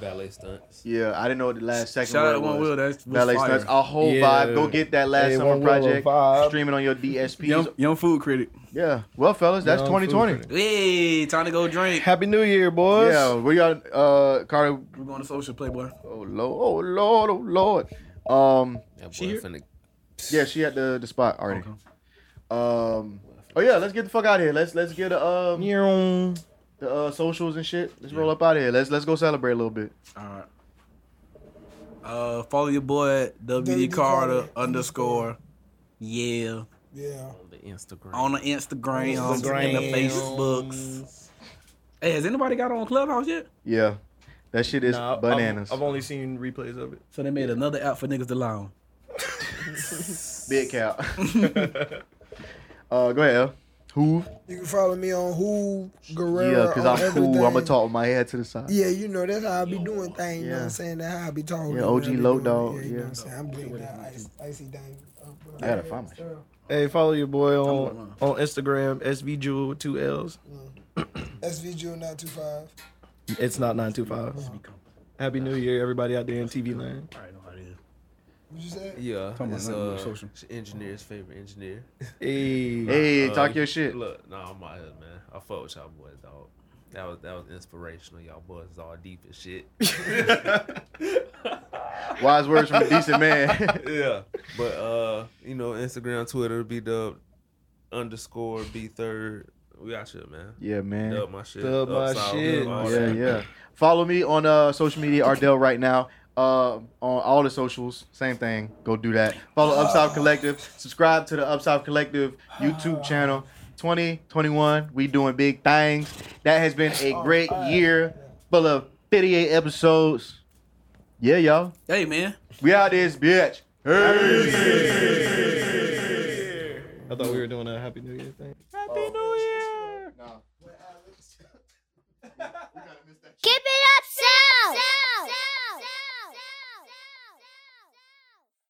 Ballet stunts. Yeah, I didn't know what the last second Shout word out to One was. Will. That's was Valet fire. stunts. Our whole Yeah. vibe. Go get that last Hey, summer One Will project. vibe. Streaming on your DSPs. Young, young food critic. Yeah. Well, fellas, that's Young 2020. food Hey, time to go drink. Happy New Year, boys. Yeah. Where y'all? Uh, Carter. We're going to social playboy. Oh lord. Oh lord. Oh lord. Um. That boy finna. Yeah, she had the the spot already. Um. Oh yeah, let's get the fuck out of here. Let's let's get a um. Year. the uh, socials and shit. Let's roll up out of here. Let's let's go celebrate a little bit. All right. Uh, follow your boy at WD WD Carter E Carter underscore. Yeah, Yeah. The Instagram. on the Instagram, and the Instagrams. Facebooks. Hey, has anybody got on Clubhouse yet? Yeah, that shit is Nah, I've- bananas. I've, only seen replays of it. So they made another app for niggas to lie on. Big cow. uh, go ahead. L. Who? You can follow me on Who Guerrero. Yeah, because I'm on cool. everything. I'm gonna talk with my head to the side. Yeah, you know, that's how I be doing things. You know what Yeah. I'm saying? That's how I be talking. Yeah, OG Low Dog, Yeah, you know yeah. what I'm saying? I'm bleeding that ice, icy diamond. up, bro. I gotta find my Sure. Hey, follow your boy on on Instagram, SVJewel with two L's. SV Jewel 925. It's not nine two five. Happy New Year, everybody out there in TV land. What you said? Yeah, it's, about uh, language, social. engineer's favorite engineer. Hey, Hey, Uh, talk your shit. Look, nah, I'm out here, man. I fuck with y'all boys, dog. That was that was inspirational. Y'all boys is all deep as shit. Wise words from a decent man. yeah, but uh, you know, Instagram, Twitter, B Dub underscore B Third. We out shit, man. yeah, man. Dub my shit. Dub my Upside, shit. all Yeah, that. yeah. Follow me on uh social media, Ardell, right now. Uh, on all the socials, same thing. Go do that. Follow Upside Collective. Subscribe to the Upside Collective YouTube channel. 2021, we doing big things. That has been a great year, full of 58 episodes. Yeah, y'all. Hey, man. We out this bitch. I thought we were doing a Happy New Year thing.